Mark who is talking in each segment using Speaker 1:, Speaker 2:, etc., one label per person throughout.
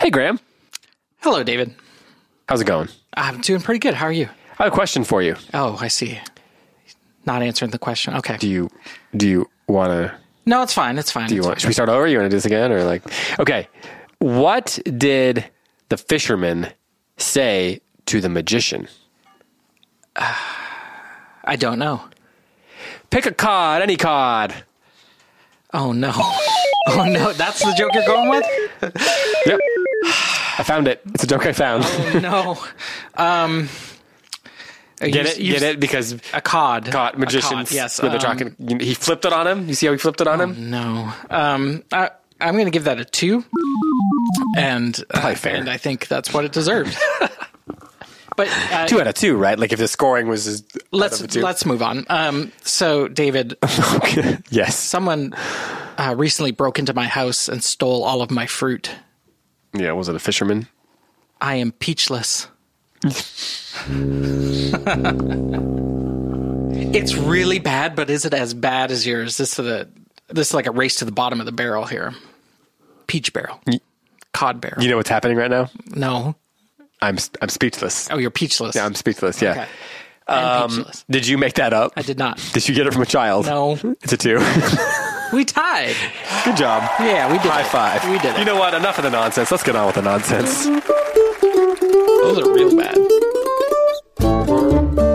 Speaker 1: Hey, Graham.
Speaker 2: Hello, David.
Speaker 1: How's it going?
Speaker 2: I'm doing pretty good. How are you?
Speaker 1: I have a question for you.
Speaker 2: Oh, I see. Not answering the question. Okay.
Speaker 1: Do you do you want to?
Speaker 2: no, it's fine. It's fine.
Speaker 1: Do you
Speaker 2: It's
Speaker 1: want? Should we start over? You want to do this again, or like? Okay. What did the fisherman say to the magician?
Speaker 2: fine. I don't know.
Speaker 1: Pick a cod, any cod.
Speaker 2: Oh no. Oh no. That's the joke you're going with?
Speaker 1: Yep. I found it. It's a joke I found.
Speaker 2: Oh, No. Um.
Speaker 1: get it? Get it? Because
Speaker 2: A cod.
Speaker 1: caught
Speaker 2: A
Speaker 1: magician.
Speaker 2: cod, Yes.
Speaker 1: With a
Speaker 2: um,
Speaker 1: talking, he flipped it on him. You see how he flipped it on him?
Speaker 2: No. Um. I, I'm going to give that a two. And uh,
Speaker 1: Probably fair.
Speaker 2: And I think that's what it deserved. but uh,
Speaker 1: Two out of two, right? Like if the scoring was as out of
Speaker 2: let's
Speaker 1: a two.
Speaker 2: let's move on. Um. So David,
Speaker 1: yes.
Speaker 2: someone uh, recently broke into my house and stole all of my fruit.
Speaker 1: Yeah. Was it a fisherman?
Speaker 2: I am peachless. it's really bad, but is it as bad as yours? This is the this is like a race to the bottom of the barrel here. Peach barrel, cod barrel.
Speaker 1: You know what's happening right now?
Speaker 2: no,
Speaker 1: I'm I'm speechless.
Speaker 2: oh, you're peachless.
Speaker 1: I'm speechless. Yeah.
Speaker 2: Okay. I'm peachless.
Speaker 1: Um, Did you make that up?
Speaker 2: I did not.
Speaker 1: Did you get it from a child?
Speaker 2: No,
Speaker 1: It's a two.
Speaker 2: we tied.
Speaker 1: Good job.
Speaker 2: Yeah, we did.
Speaker 1: High
Speaker 2: it.
Speaker 1: five.
Speaker 2: We did it.
Speaker 1: You know what? Enough of the nonsense. Let's get on with the nonsense.
Speaker 2: Those are real bad.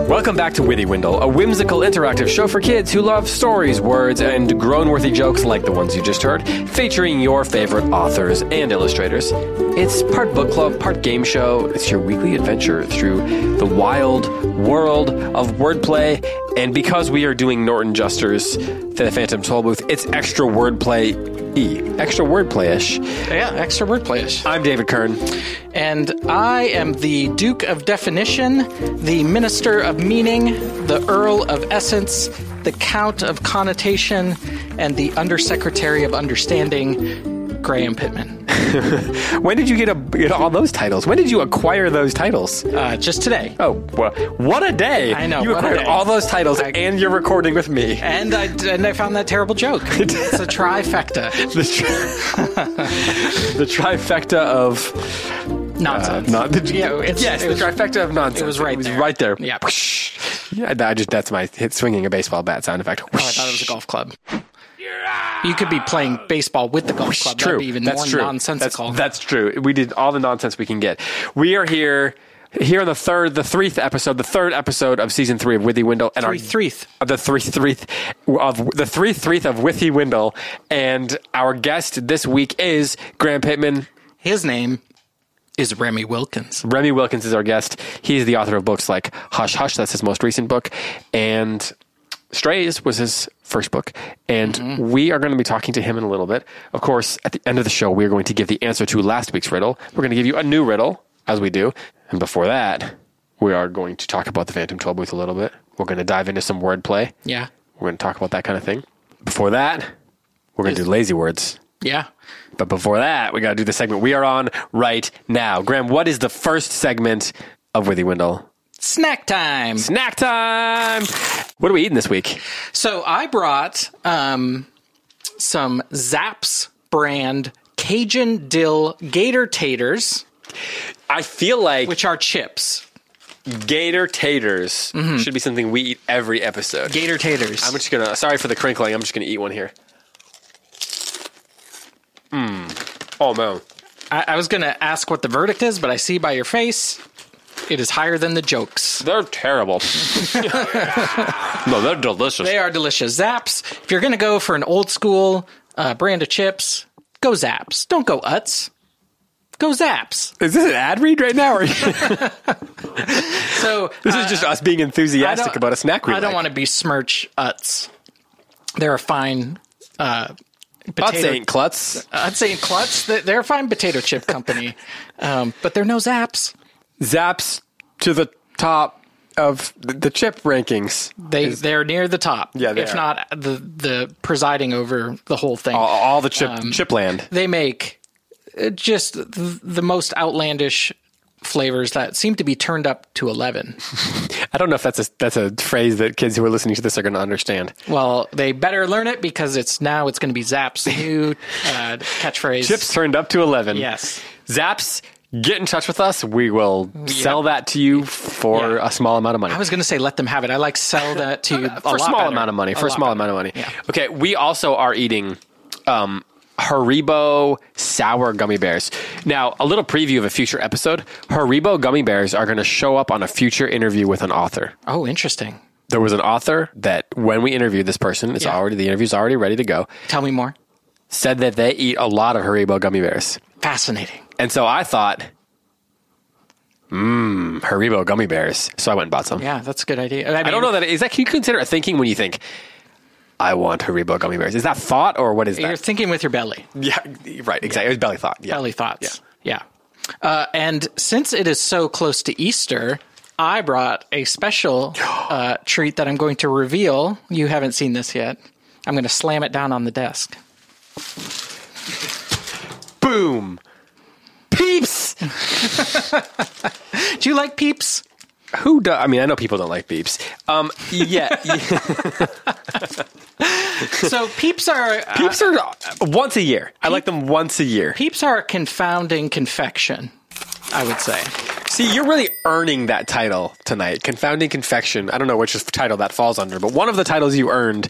Speaker 1: Welcome back to Witty Windle, a whimsical interactive show for kids who love stories, words, and grown worthy jokes like the ones you just heard, featuring your favorite authors and illustrators. It's part book club, part game show. It's your weekly adventure through the wild world of wordplay. And because we are doing Norton Juster's The Phantom Toll Booth, it's extra wordplay E. Extra wordplay ish.
Speaker 2: Yeah, extra wordplayish.
Speaker 1: I'm David Kern.
Speaker 2: And I am the Duke of Definition, the Minister of Meaning, the Earl of Essence, the Count of Connotation, and the Undersecretary of Understanding, Graham Pittman.
Speaker 1: When did you get, a, get all those titles? When did you acquire those titles?
Speaker 2: Uh, just today.
Speaker 1: Oh, well, what a day!
Speaker 2: I know,
Speaker 1: You
Speaker 2: what a
Speaker 1: acquired
Speaker 2: day.
Speaker 1: all those titles
Speaker 2: I-
Speaker 1: and you're recording with me.
Speaker 2: And I, and I found that terrible joke. It's a trifecta.
Speaker 1: The, tri- the trifecta of.
Speaker 2: Nonsense.
Speaker 1: Uh, Not the,
Speaker 2: Yeah, it's-
Speaker 1: yes,
Speaker 2: it
Speaker 1: the
Speaker 2: was-
Speaker 1: trifecta of nonsense.
Speaker 2: it was right
Speaker 1: It was
Speaker 2: there.
Speaker 1: right there.
Speaker 2: Yeah.
Speaker 1: Whoosh. Yeah, I just, that's my hit swinging a baseball bat sound effect.
Speaker 2: Oh, I thought it was a golf club. You could be playing baseball with the golf club.
Speaker 1: True.
Speaker 2: That'd be even
Speaker 1: that's
Speaker 2: more
Speaker 1: true.
Speaker 2: nonsensical.
Speaker 1: That's, that's true. We did all the nonsense we can get. We are here here on the third, the threeth episode, the third episode of season three of Withy Window, and our
Speaker 2: Three-threeth.
Speaker 1: of the three threeth of the three threeth of Withy Windle, and our guest this week is Graham Pittman.
Speaker 2: His name is Remy Wilkins.
Speaker 1: Remy Wilkins is our guest. He is the author of books like Hush Hush, that's his most recent book, and Strays was his first book. And we are going to be talking to him in a little bit. Of course, at the end of the show, we are going to give the answer to last week's riddle. We're going to give you a new riddle, as we do. And before that, we are going to talk about the Phantom 12 booth a little bit. We're going to dive into some wordplay.
Speaker 2: Yeah.
Speaker 1: We're going to talk about that kind of thing. Before that, we're going to do lazy words.
Speaker 2: Yeah.
Speaker 1: But before that, we got to do the segment we are on right now. Graham, what is the first segment of Withy Windle?
Speaker 2: Snack time.
Speaker 1: Snack time! What are we eating this week?
Speaker 2: So I brought um, some Zaps brand Cajun dill gator taters,
Speaker 1: I feel like
Speaker 2: which are chips.
Speaker 1: gator taters
Speaker 2: Mm-hmm.
Speaker 1: should be something we eat every episode.
Speaker 2: Gator taters.
Speaker 1: I'm just gonna. Sorry for the crinkling. I'm just gonna eat one here. Mmm. Oh man.
Speaker 2: I, I was going to ask what the verdict is, but I see by your face it is higher than the jokes.
Speaker 1: They're terrible. no, they're delicious.
Speaker 2: They are delicious. Zaps. If you're going to go for an old school uh, brand of chips, go Zaps. Don't go Uts. Go Zaps.
Speaker 1: is this an ad read right now? Or
Speaker 2: So
Speaker 1: this is just us being
Speaker 2: I
Speaker 1: enthusiastic
Speaker 2: don't-
Speaker 1: about a snack we
Speaker 2: I don't
Speaker 1: like.
Speaker 2: want to besmirch Utz. They're a fine uh,
Speaker 1: Butts
Speaker 2: potato.
Speaker 1: ain't klutz.
Speaker 2: Utz ain't Klutz. They- They're a fine potato chip company, um, but they're no Zaps.
Speaker 1: zaps to the top of th- the chip rankings.
Speaker 2: They they're near the top.
Speaker 1: Yeah, they
Speaker 2: if
Speaker 1: are.
Speaker 2: not the the presiding over the whole thing.
Speaker 1: All, all the chip
Speaker 2: Um,
Speaker 1: chip land.
Speaker 2: They make uh, just the, the most outlandish flavors that seem to be turned up to eleven.
Speaker 1: I don't know if that's a that's a phrase that kids who are listening to this are going to understand.
Speaker 2: Well, they better learn it because it's now it's going to be Zaps' new uh, catchphrase.
Speaker 1: Chips turned up to eleven.
Speaker 2: Yes.
Speaker 1: Zaps, get in touch with us. We will sell that to you for
Speaker 2: Yeah.
Speaker 1: a small amount of money.
Speaker 2: I was going to say let them have it. I like sell that to you a
Speaker 1: for a
Speaker 2: lot
Speaker 1: small
Speaker 2: better.
Speaker 1: amount of money. For a
Speaker 2: lot
Speaker 1: small
Speaker 2: better.
Speaker 1: amount of money.
Speaker 2: Yeah.
Speaker 1: Okay, we also are eating um, Haribo sour gummy bears. Now, a little preview of a future episode. Haribo gummy bears are going to show up on a future interview with an author.
Speaker 2: Oh, interesting.
Speaker 1: There was an author that when we interviewed this person, it's
Speaker 2: Yeah.
Speaker 1: already the interview's already ready to go.
Speaker 2: Tell me more.
Speaker 1: Said that they eat a lot of Haribo gummy bears,
Speaker 2: Fascinating.
Speaker 1: and so I thought. Mmm, Haribo gummy bears. So I went and bought some.
Speaker 2: Yeah, that's a good idea. mean,
Speaker 1: I don't know that is that. Can you consider it thinking when you think, "I want Haribo gummy bears"? Is that thought or what is
Speaker 2: You're
Speaker 1: that?
Speaker 2: thinking with your belly.
Speaker 1: Yeah, right. Exactly. It was belly thought. Yeah.
Speaker 2: Belly thoughts. Yeah. Uh, and since it is so close to Easter, I brought a special uh, treat that I'm going to reveal. You haven't seen this yet. I'm going to slam it down on the desk.
Speaker 1: Boom. Peeps.
Speaker 2: Do you like peeps?
Speaker 1: Who? Do, I mean, I know people don't like beeps. Um. Yeah. yeah.
Speaker 2: so peeps are uh,
Speaker 1: Beeps are once a year. I like them once a year.
Speaker 2: peeps are a confounding confection. I would say.
Speaker 1: See, you're really earning that title tonight. Confounding confection. I don't know which is- title that falls under, but one of the titles you earned.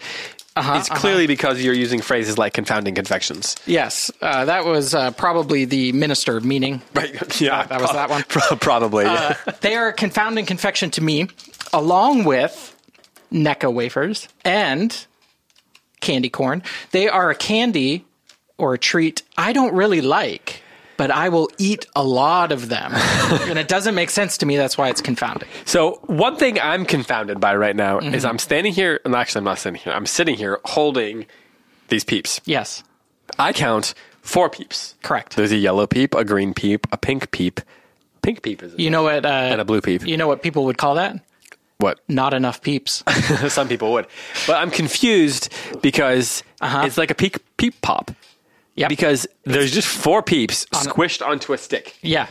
Speaker 2: Uh-huh,
Speaker 1: is clearly because you're using phrases like confounding confections.
Speaker 2: Yes, uh, that was uh, probably the minister of meaning.
Speaker 1: Right. Yeah.
Speaker 2: that was that one.
Speaker 1: Uh, Probably. yeah.
Speaker 2: Uh, they are confounding confection to me, along with NECA wafers and candy corn. They are a candy or a treat I don't really like, but I will eat a lot of them. and it doesn't make sense to me. That's why it's confounding.
Speaker 1: So one thing I'm confounded by right now
Speaker 2: Mm-hmm.
Speaker 1: is I'm standing here, and actually I'm not standing here. I'm sitting here holding these peeps.
Speaker 2: Yes,
Speaker 1: I count four peeps.
Speaker 2: correct.
Speaker 1: There's a yellow peep, a green peep, a pink peep, pink peep is it?
Speaker 2: You know what? Uh,
Speaker 1: and a blue peep.
Speaker 2: You know what people would call that?
Speaker 1: what?
Speaker 2: Not enough peeps.
Speaker 1: Some people would, but I'm confused because it's like a peep peep pop.
Speaker 2: Uh-huh. Yep.
Speaker 1: Because there's just four peeps squished onto a stick.
Speaker 2: yeah,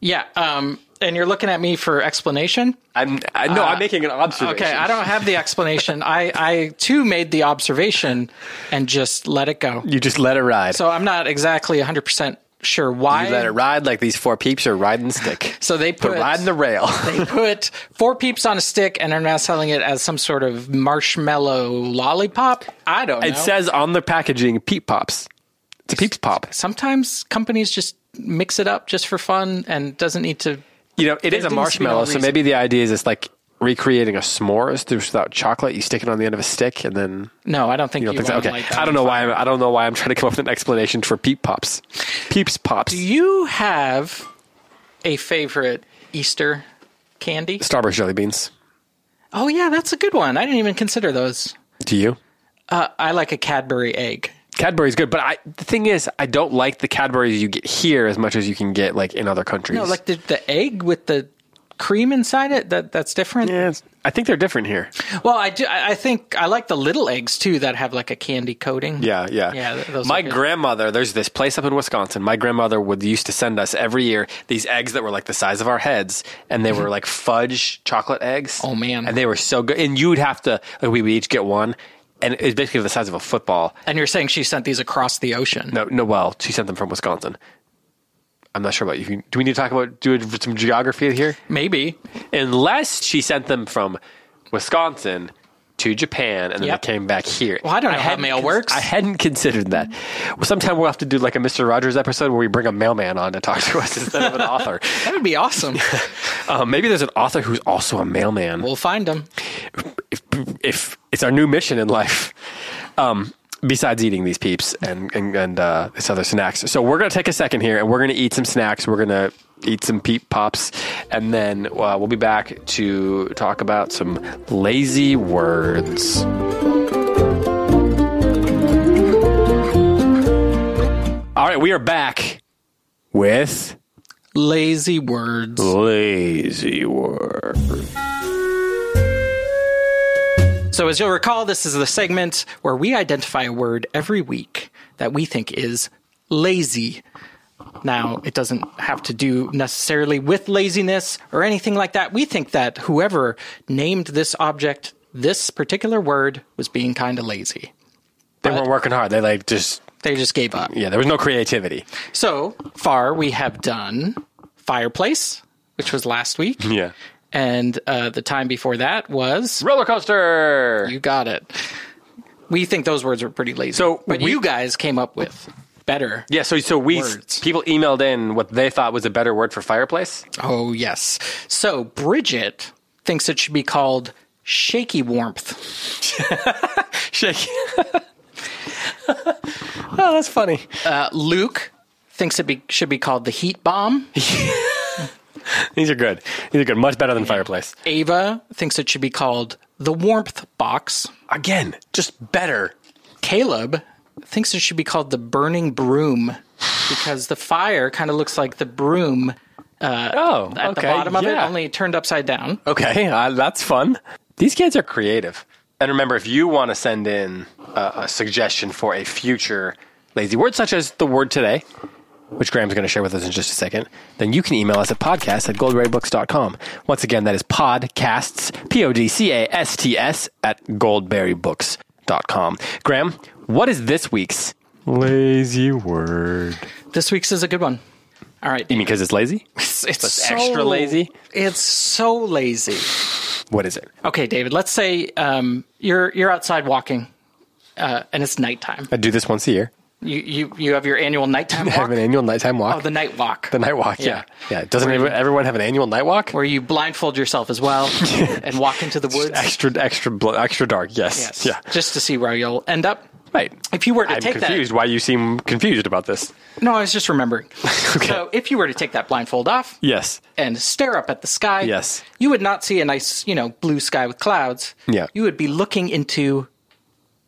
Speaker 2: yeah. Um, and you're looking at me for explanation.
Speaker 1: I'm I, uh, no, I'm making an observation.
Speaker 2: Uh, Okay, I don't have the explanation. I, I too made the observation and just let it go.
Speaker 1: You just let it ride.
Speaker 2: So I'm not exactly 100% sure why.
Speaker 1: you let it ride like these four peeps are riding the stick.
Speaker 2: So they put
Speaker 1: They're riding the rail.
Speaker 2: they put four peeps on a stick and are now selling it as some sort of marshmallow lollipop. I don't know.
Speaker 1: It says on the packaging Peep Pops. It's a Peeps Pop.
Speaker 2: Sometimes companies just mix it up just for fun and doesn't need to
Speaker 1: You know, it is a
Speaker 2: seems to be
Speaker 1: marshmallow,
Speaker 2: no
Speaker 1: so
Speaker 2: reason.
Speaker 1: maybe the idea is it's like recreating a s'mores through- without chocolate. You stick it on the end of a stick, and then
Speaker 2: No, I don't think
Speaker 1: you
Speaker 2: you,
Speaker 1: don't think so.
Speaker 2: wanna
Speaker 1: Okay,
Speaker 2: like that.
Speaker 1: I don't know why I'm, I don't know why I'm trying to come up with an explanation for Peep Pops. Peeps Pops.
Speaker 2: You have a favorite Easter candy?
Speaker 1: Starburst jelly beans.
Speaker 2: Oh yeah, that's a good one. I didn't even consider those.
Speaker 1: Do you?
Speaker 2: Uh, I like a Cadbury egg.
Speaker 1: Cadbury's good, but I, the thing is, I don't like the Cadbury's you get here as much as you can get like in other countries.
Speaker 2: No, like the, the egg with the cream inside it. That that's different.
Speaker 1: yeah, it's- I think they're different here.
Speaker 2: Well, I do. I I think I like the little eggs too that have like a candy coating.
Speaker 1: Yeah, yeah.
Speaker 2: Yeah, th- those
Speaker 1: my
Speaker 2: are good.
Speaker 1: grandmother, there's this place up in Wisconsin. My grandmother would used to send us every year these eggs that were like the size of our heads, and they were like fudge chocolate eggs.
Speaker 2: Mm-hmm. Oh, man.
Speaker 1: and they were so good. And you would have to like we would each get one, and it was basically the size of a football.
Speaker 2: And you're saying she sent these across the ocean?
Speaker 1: No, no, well, she sent them from Wisconsin. I'm not sure about you. Do we need to talk about do some geography here?
Speaker 2: Maybe.
Speaker 1: Unless she sent them from Wisconsin to Japan and then
Speaker 2: Yep.
Speaker 1: they came back here.
Speaker 2: Well, I don't know how
Speaker 1: hadn't
Speaker 2: mail
Speaker 1: cons-
Speaker 2: works.
Speaker 1: I hadn't considered that. Well, sometime we'll have to do like a Mr. Rogers episode where we bring a mailman on to talk to us instead of an author.
Speaker 2: That would be awesome.
Speaker 1: Uh, maybe there's an author who's also a mailman.
Speaker 2: we'll find them.
Speaker 1: if, if it's our new mission in life. Um, besides eating these peeps and and, and uh, this other snacks, so we're gonna take a second here and we're gonna eat some snacks. We're gonna eat some peep pops, and then uh, we'll be back to talk about some lazy words. All right, we are back with
Speaker 2: Lazy words.
Speaker 1: lazy words.
Speaker 2: So, as you'll recall, this is the segment where we identify a word every week that we think is lazy. Now, it doesn't have to do necessarily with laziness or anything like that. We think that whoever named this object this particular word was being kind of lazy.
Speaker 1: They weren't working hard. They like just
Speaker 2: They just gave up.
Speaker 1: Yeah, there was no creativity.
Speaker 2: So far, we have done Fireplace, which was last week.
Speaker 1: Yeah.
Speaker 2: And uh, the time before that was.
Speaker 1: Roller coaster.
Speaker 2: You got it. We think those words are pretty lazy.
Speaker 1: So
Speaker 2: but
Speaker 1: we-
Speaker 2: you guys came up with better.
Speaker 1: yeah, so so we
Speaker 2: Words.
Speaker 1: people emailed in what they thought was a better word for fireplace.
Speaker 2: Oh, yes. So Bridget thinks it should be called shaky warmth.
Speaker 1: Shake. oh, that's funny.
Speaker 2: Uh, Luke thinks it be, should be called the heat bomb.
Speaker 1: These are good. These are good. Much better than fireplace.
Speaker 2: Ava thinks it should be called the warmth box.
Speaker 1: Again, just better.
Speaker 2: Caleb thinks it should be called the burning broom because the fire kind of looks like the broom
Speaker 1: Oh,
Speaker 2: at
Speaker 1: okay.
Speaker 2: the bottom of
Speaker 1: yeah.
Speaker 2: it, only turned upside down.
Speaker 1: Okay, uh, that's fun. These kids are creative. And remember, if you want to send in uh, a suggestion for a future lazy word, such as the word today, which Graham's going to share with us in just a second, then you can email us at podcast at goldberrybooks.com. Once again, that is podcasts, P O D C A S T S, at goldberrybooks.com. Graham, what is this week's lazy word?
Speaker 2: This week's is a good one. All right.
Speaker 1: You mean because it's lazy?
Speaker 2: It's, it's
Speaker 1: extra lazy?
Speaker 2: It's so lazy.
Speaker 1: What is it?
Speaker 2: Okay, David, let's say um, you're you're outside walking uh, and it's nighttime.
Speaker 1: I do this once a year.
Speaker 2: You, you you have your annual nighttime
Speaker 1: I have
Speaker 2: walk.
Speaker 1: an annual nighttime walk.
Speaker 2: Oh, the night walk.
Speaker 1: The night walk, yeah.
Speaker 2: Yeah.
Speaker 1: Yeah. Doesn't every- everyone have an annual night walk?
Speaker 2: where you blindfold yourself as well and walk into the woods.
Speaker 1: Extra, extra, bl- extra dark. Yes.
Speaker 2: Yes.
Speaker 1: Yeah.
Speaker 2: Just to see where you'll end up.
Speaker 1: Right.
Speaker 2: If you were to
Speaker 1: I'm
Speaker 2: take
Speaker 1: confused why you seem confused about this.
Speaker 2: that. No, I was just remembering. So if you were to take that blindfold off
Speaker 1: Yes.
Speaker 2: and stare up at the sky,
Speaker 1: Yes.
Speaker 2: you would not see a nice, you know, blue sky with clouds.
Speaker 1: Yeah.
Speaker 2: You would be looking into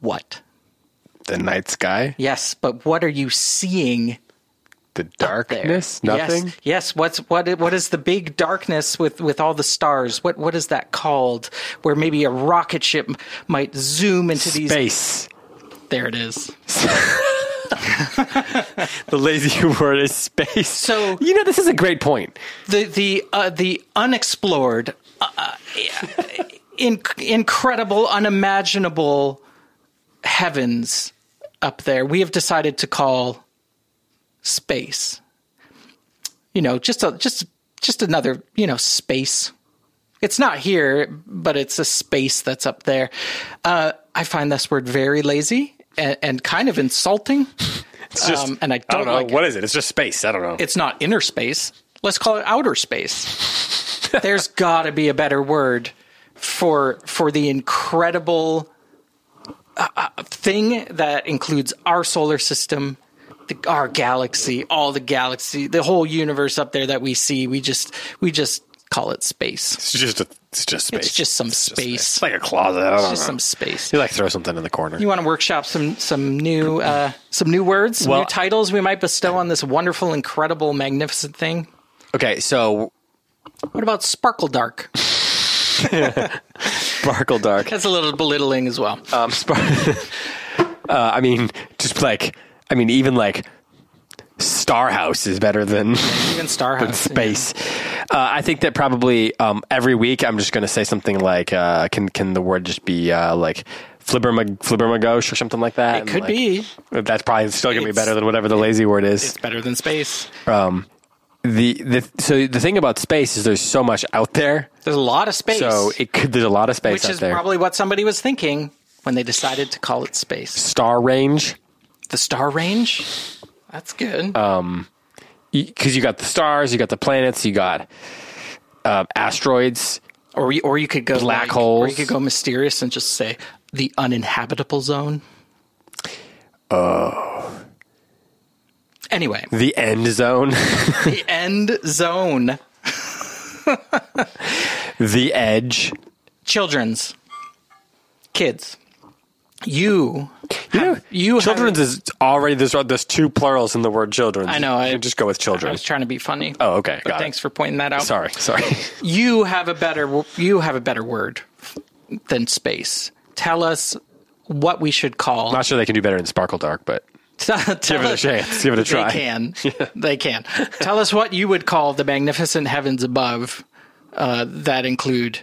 Speaker 2: what?
Speaker 1: The night sky,
Speaker 2: Yes, but what are you seeing
Speaker 1: the
Speaker 2: there?
Speaker 1: darkness, nothing.
Speaker 2: Yes, yes. What's what? What is the big darkness with with all the stars? What what is that called? Where maybe a rocket ship might zoom into these.
Speaker 1: Space.
Speaker 2: There it is.
Speaker 1: The lazy word is space.
Speaker 2: So-
Speaker 1: you know this is a great point.
Speaker 2: the the uh, the unexplored, uh, in, incredible, unimaginable heavens up there. We have decided to call space. You know, just a just just another you know space. It's not here, but it's a space that's up there. Uh, I find this word very lazy and, and kind of insulting.
Speaker 1: It's just,
Speaker 2: Um, and I don't
Speaker 1: know
Speaker 2: like
Speaker 1: what is it. It's just space. I don't know.
Speaker 2: it's not inner space. Let's call it outer space. There's got to be a better word for for the incredible uh, uh, thing that includes our solar system, the, our galaxy, all the galaxy, the whole universe up there that we see. We just we just call it space.
Speaker 1: It's just, a, it's just space.
Speaker 2: It's just some space. Uh-huh.
Speaker 1: It's like a closet. I don't know.
Speaker 2: Just some space.
Speaker 1: you like throw something in the corner.
Speaker 2: You want to workshop some some new uh, some new words, some
Speaker 1: Well-
Speaker 2: new titles we might bestow on this wonderful, incredible, magnificent thing.
Speaker 1: okay, so
Speaker 2: What about sparkle dark?
Speaker 1: sparkle dark.
Speaker 2: That's a little belittling as well.
Speaker 1: um, spar- uh, I mean, just like I mean, even like Star House is better than
Speaker 2: Even Star House.
Speaker 1: space. Uh, I think that probably um, every week I'm just going to say something like, uh, "Can can the word just be uh, like flibbermag- flibbermagosh or something like that?" It
Speaker 2: could be.
Speaker 1: That's probably still going to be
Speaker 2: It's-
Speaker 1: better than whatever the lazy word is.
Speaker 2: It's better than space.
Speaker 1: The the so the thing about space is there's so much out there.
Speaker 2: There's a lot of space.
Speaker 1: So it could there's a lot of space
Speaker 2: which
Speaker 1: out
Speaker 2: is
Speaker 1: there.
Speaker 2: probably what somebody was thinking when they decided to call it space.
Speaker 1: Star range.
Speaker 2: The star range? That's good.
Speaker 1: Uh, because you got the stars, you got the planets, you got uh, asteroids.
Speaker 2: or you, or you could go
Speaker 1: black
Speaker 2: like- Or
Speaker 1: holes.
Speaker 2: you could go mysterious and just say the uninhabitable zone.
Speaker 1: Uh.
Speaker 2: Oh. Anyway,
Speaker 1: The end zone,
Speaker 2: the end zone.
Speaker 1: the edge.
Speaker 2: Children's. Kids. You.
Speaker 1: You know,
Speaker 2: you have-
Speaker 1: children's is already there's there's two plurals in the word children.
Speaker 2: I know, I-
Speaker 1: just go with
Speaker 2: I
Speaker 1: children.
Speaker 2: was trying to be funny.
Speaker 1: Oh, okay,
Speaker 2: But
Speaker 1: got it.
Speaker 2: thanks for pointing that out.
Speaker 1: Sorry, sorry.
Speaker 2: you have a better you have a better word than space. Tell us what we should call.
Speaker 1: Not sure they can do better in Sparkle Dark, but
Speaker 2: tell
Speaker 1: give it a chance. Give it a try.
Speaker 2: They can. They can. tell us what you would call the magnificent heavens above uh, that include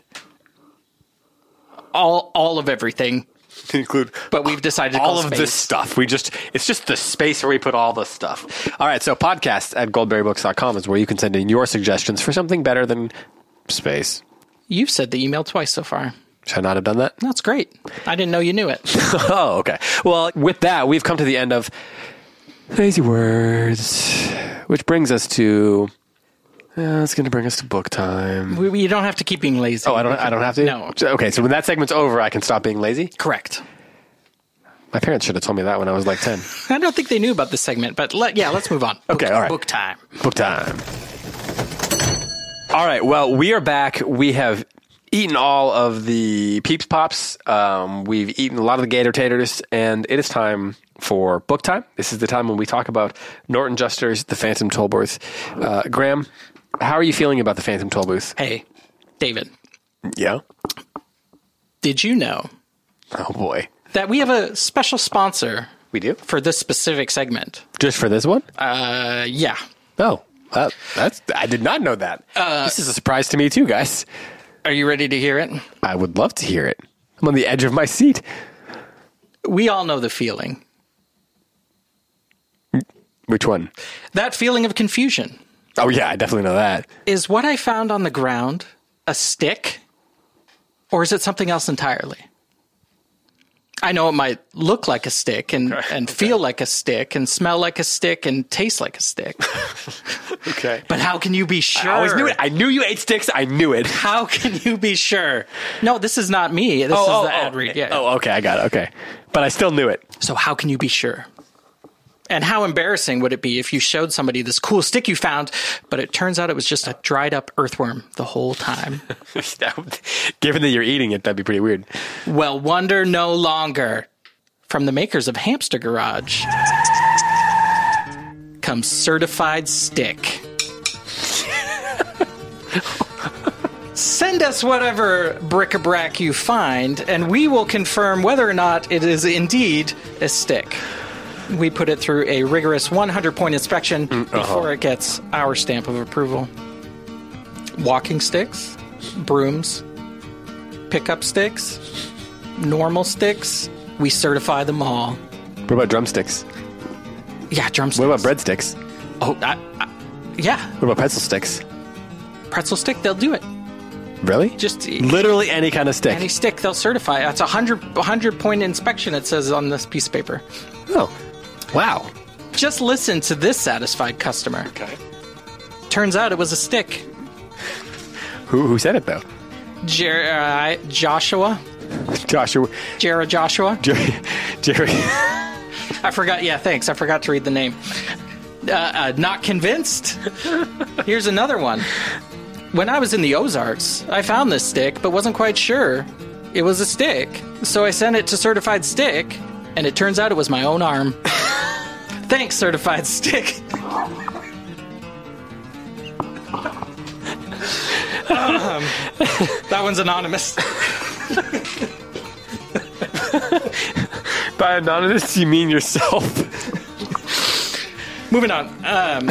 Speaker 2: all all of everything
Speaker 1: include
Speaker 2: But we've decided to
Speaker 1: all
Speaker 2: call
Speaker 1: of
Speaker 2: space.
Speaker 1: this stuff. We just it's just the space where we put all the stuff. All right, so podcast at goldberrybooks.com is where you can send in your suggestions for something better than space.
Speaker 2: You've said the email twice so far.
Speaker 1: Should I not have done that?
Speaker 2: That's great. I didn't know you knew it.
Speaker 1: oh, okay. Well, with that, we've come to the end of lazy words, which brings us to. Uh, it's going to bring us to book time.
Speaker 2: We- we- you don't have to keep being lazy.
Speaker 1: Oh, I don't. I don't have to.
Speaker 2: No.
Speaker 1: Okay, so when that segment's over, I can stop being lazy.
Speaker 2: Correct.
Speaker 1: My parents should have told me that when I was like ten.
Speaker 2: I don't think they knew about this segment, but let, yeah, let's move on.
Speaker 1: Okay,
Speaker 2: Book-
Speaker 1: all right.
Speaker 2: Book time.
Speaker 1: book time. All right. Well, we are back. We have eaten all of the peeps pops. Um, we've eaten a lot of the gator taters, and it is time for book time. This is the time when we talk about Norton Juster's The Phantom Tollbooth. Uh, Graham, how are you feeling about The Phantom Tollbooth?
Speaker 2: Hey, David,
Speaker 1: Yeah.
Speaker 2: did you know
Speaker 1: Oh boy.
Speaker 2: that we have a special sponsor
Speaker 1: We do
Speaker 2: for this specific segment?
Speaker 1: just for this one.
Speaker 2: Uh, yeah.
Speaker 1: oh, that, that's I did not know that. this is a surprise to me too, guys.
Speaker 2: Are you ready to hear it?
Speaker 1: I would love to hear it. I'm on the edge of my seat.
Speaker 2: We all know the feeling.
Speaker 1: Which one?
Speaker 2: That feeling of confusion
Speaker 1: Oh yeah, I definitely know that.
Speaker 2: is what I found on the ground a stick or is it something else entirely? I know it might look like a stick and, and feel like a stick and smell like a stick and taste like a stick,
Speaker 1: Okay.
Speaker 2: but how can you be sure?
Speaker 1: I always knew it. I knew you ate sticks. I knew it.
Speaker 2: How can you be sure? No, this is not me. This is the ad read. Yeah.
Speaker 1: Oh, okay. I got it. Okay. But I still knew it.
Speaker 2: So how can you be sure? And how embarrassing would it be if you showed somebody this cool stick you found, but it turns out it was just a dried up earthworm the whole time?
Speaker 1: That would- Given that you're eating it, that'd be pretty weird.
Speaker 2: well, wonder no longer. From the makers of Hamster Garage comes certified stick. Send us whatever bric-a-brac you find, and we will confirm whether or not it is indeed a stick. We put it through a rigorous 100 point inspection before it gets our stamp of approval. Walking sticks, brooms, pickup sticks, normal sticks, we certify them all.
Speaker 1: What about drumsticks?
Speaker 2: Yeah, drumsticks.
Speaker 1: What about breadsticks?
Speaker 2: Oh, I, I, yeah,
Speaker 1: What about pretzel sticks?
Speaker 2: pretzel stick, they'll do it.
Speaker 1: Really?
Speaker 2: Just
Speaker 1: literally any kind of stick.
Speaker 2: any stick, they'll certify. That's a 100, 100 point inspection, it says on this piece of paper.
Speaker 1: oh, wow.
Speaker 2: Just listen to this satisfied customer.
Speaker 1: Okay.
Speaker 2: Turns out it was a stick.
Speaker 1: Who who said it though?
Speaker 2: Jer- uh, Joshua?
Speaker 1: Joshua,
Speaker 2: Jera Joshua?
Speaker 1: Jerry, Jerry.
Speaker 2: I forgot. Yeah, thanks. I forgot to read the name. Uh, uh, not convinced. Here's another one. When I was in the Ozarks, I found this stick, but wasn't quite sure it was a stick. So I sent it to Certified Stick, and it turns out it was my own arm. Thanks, Certified Stick. Um, that one's anonymous.
Speaker 1: By anonymous, you mean yourself?
Speaker 2: Moving on. Um,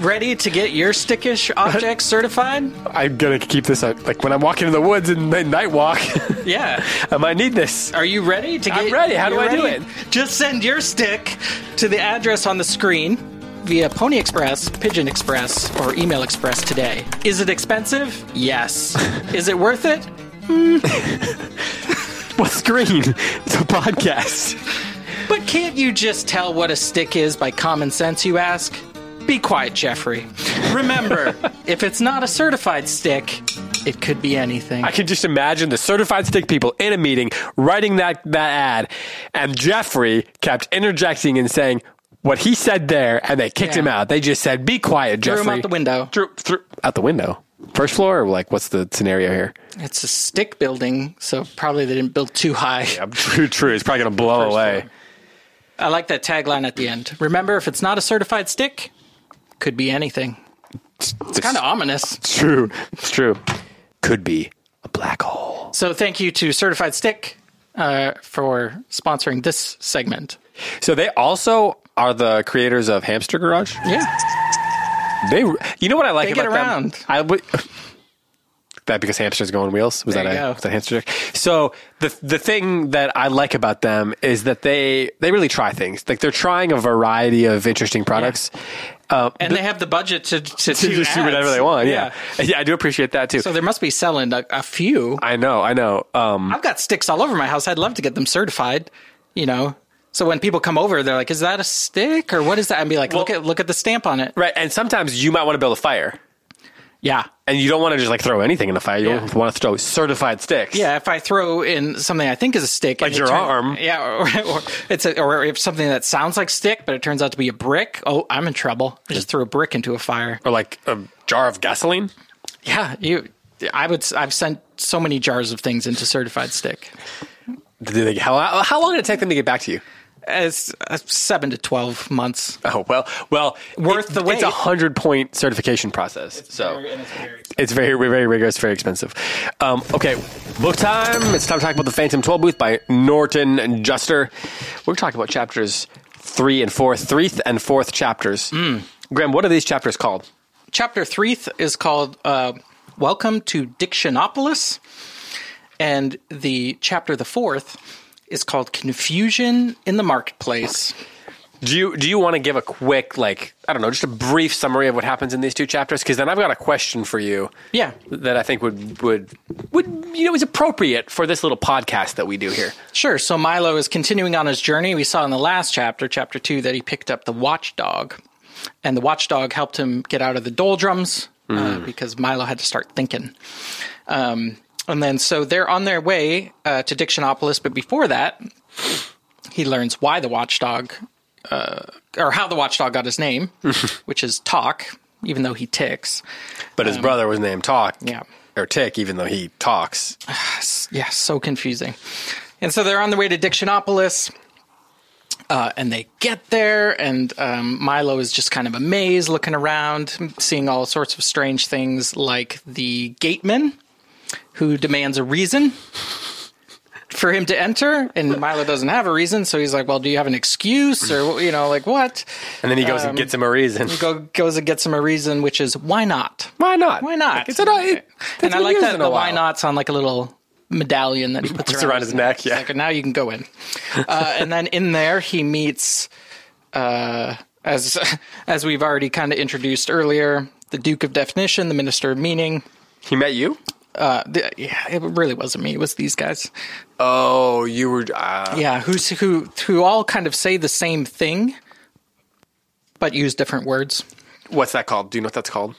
Speaker 2: ready to get your stickish object certified?
Speaker 1: I'm gonna keep this on. Like when I'm walking in the woods and the night walk,
Speaker 2: Yeah.
Speaker 1: I might need this.
Speaker 2: Are you ready to get?
Speaker 1: I'm ready. How do
Speaker 2: you're
Speaker 1: I do
Speaker 2: ready?
Speaker 1: it?
Speaker 2: Just send your stick to the address on the screen via Pony Express, Pigeon Express, or Email Express today. Is it expensive? Yes. Is it worth it?
Speaker 1: What screen? It's a podcast.
Speaker 2: But can't you just tell what a stick is by common sense? You ask. Be quiet, Jeffrey. Remember, if it's not a certified stick, it could be anything.
Speaker 1: I can just imagine the certified stick people in a meeting writing that, that ad, and Jeffrey kept interjecting and saying what he said there, and they kicked
Speaker 2: Yeah.
Speaker 1: him out. They just said, "Be quiet,
Speaker 2: Threw
Speaker 1: Jeffrey."
Speaker 2: him out the window.
Speaker 1: Threw- threw- out the window. First floor, or like what's the scenario here?
Speaker 2: It's a stick building, so probably they didn't build too high.
Speaker 1: true, true. It's probably gonna blow away.
Speaker 2: I like that tagline at the end. Remember, if it's not a certified stick, could be anything.
Speaker 1: It's
Speaker 2: Kind of ominous.
Speaker 1: true. It's true. Could be a black hole.
Speaker 2: So, thank you to Certified Stick uh, for sponsoring this segment.
Speaker 1: So they also are the creators of Hamster Garage.
Speaker 2: Yeah,
Speaker 1: They, you know what I like
Speaker 2: They get
Speaker 1: about them?
Speaker 2: around.
Speaker 1: I would. that because hamsters go on wheels. Was
Speaker 2: There
Speaker 1: that
Speaker 2: you
Speaker 1: a
Speaker 2: go.
Speaker 1: was that a hamster joke? So the the thing that I like about them is that they they really try things. Like they're trying a variety of interesting products. Uh,
Speaker 2: and they have the budget to to,
Speaker 1: to
Speaker 2: do
Speaker 1: just do whatever
Speaker 2: ads.
Speaker 1: they want. Yeah. yeah, I do appreciate that too.
Speaker 2: So there must be selling a, a few.
Speaker 1: I know, I know. Um,
Speaker 2: I've got sticks all over my house. I'd love to get them certified. You know. So when people come over, they're like, "Is that a stick or what is that?" And be like, "Look at look at the stamp on it."
Speaker 1: right, and sometimes you might want to build a fire,
Speaker 2: Yeah.
Speaker 1: and you don't want to just like throw anything in the fire. You
Speaker 2: Yeah.
Speaker 1: want to throw certified sticks.
Speaker 2: Yeah, if I throw in something I think is a stick,
Speaker 1: Like
Speaker 2: and it
Speaker 1: your arm.
Speaker 2: yeah, or, or it's a, or if something that sounds like stick, but it turns out to be a brick. Oh, I'm in trouble. I just threw a brick into a fire.
Speaker 1: or like a jar of gasoline.
Speaker 2: Yeah, you. I would. s- I've sent so many jars of things into certified stick.
Speaker 1: Did they, how, how long did it take them to get back to you?
Speaker 2: It's uh, seven to twelve months.
Speaker 1: Oh well, well,
Speaker 2: Worth
Speaker 1: it-
Speaker 2: the
Speaker 1: It's a
Speaker 2: wait.
Speaker 1: hundred point certification process, so
Speaker 2: very
Speaker 1: it's very very rigorous, very expensive. Um, okay, book time. It's time to talk about the Phantom Twelve Booth by Norton Juster. We're talking about chapters three and four, threeth and fourth chapters.
Speaker 2: Mm.
Speaker 1: Graham, what are these chapters called?
Speaker 2: Chapter three th- is called uh, "Welcome to Dictionopolis," and the chapter the fourth is called "Confusion in the Marketplace."
Speaker 1: Do you do you want to give a quick like I don't know, just a brief summary of what happens in these two chapters? Because then I've got a question for you.
Speaker 2: Yeah.
Speaker 1: that I think would would would you know is appropriate for this little podcast that we do here.
Speaker 2: Sure. So Milo is continuing on his journey. We saw in the last chapter, chapter two, that he picked up the watchdog, and the watchdog helped him get out of the doldrums uh, because Milo had to start thinking. Um, and then, so they're on their way uh, to Dictionopolis, but before that, he learns why the watchdog, uh, or how the watchdog got his name, which is talk, even though he ticks.
Speaker 1: But his brother was named Talk.
Speaker 2: Um, yeah.
Speaker 1: Or Tick, even though he talks.
Speaker 2: yeah, so confusing. And so they're on their way to Dictionopolis, uh, and they get there, and um, Milo is just kind of amazed, looking around, seeing all sorts of strange things, like the gateman who demands a reason for him to enter, and Milo doesn't have a reason, so he's like, "Well, do you have an excuse, or you know, like what?"
Speaker 1: And then he goes and gets him a reason.
Speaker 2: Um, Go goes and gets him a reason, which is why not?
Speaker 1: why not?
Speaker 2: Why not?
Speaker 1: Like, it's an, it,
Speaker 2: and I like that the why
Speaker 1: not?
Speaker 2: nots on like a little medallion that he puts
Speaker 1: Puts
Speaker 2: around,
Speaker 1: around his neck,
Speaker 2: It's
Speaker 1: yeah.
Speaker 2: like, now you can go in. Uh, and then in there he meets, uh, as as we've already kind of introduced earlier, the Duke of Definition, the Minister of Meaning.
Speaker 1: He met you?
Speaker 2: Uh, the, yeah, it really wasn't me; it was these guys.
Speaker 1: Oh, you were. Uh,
Speaker 2: Yeah, who's who? Who all kind of say the same thing, but use different words.
Speaker 1: What's that called? Do you know what that's called?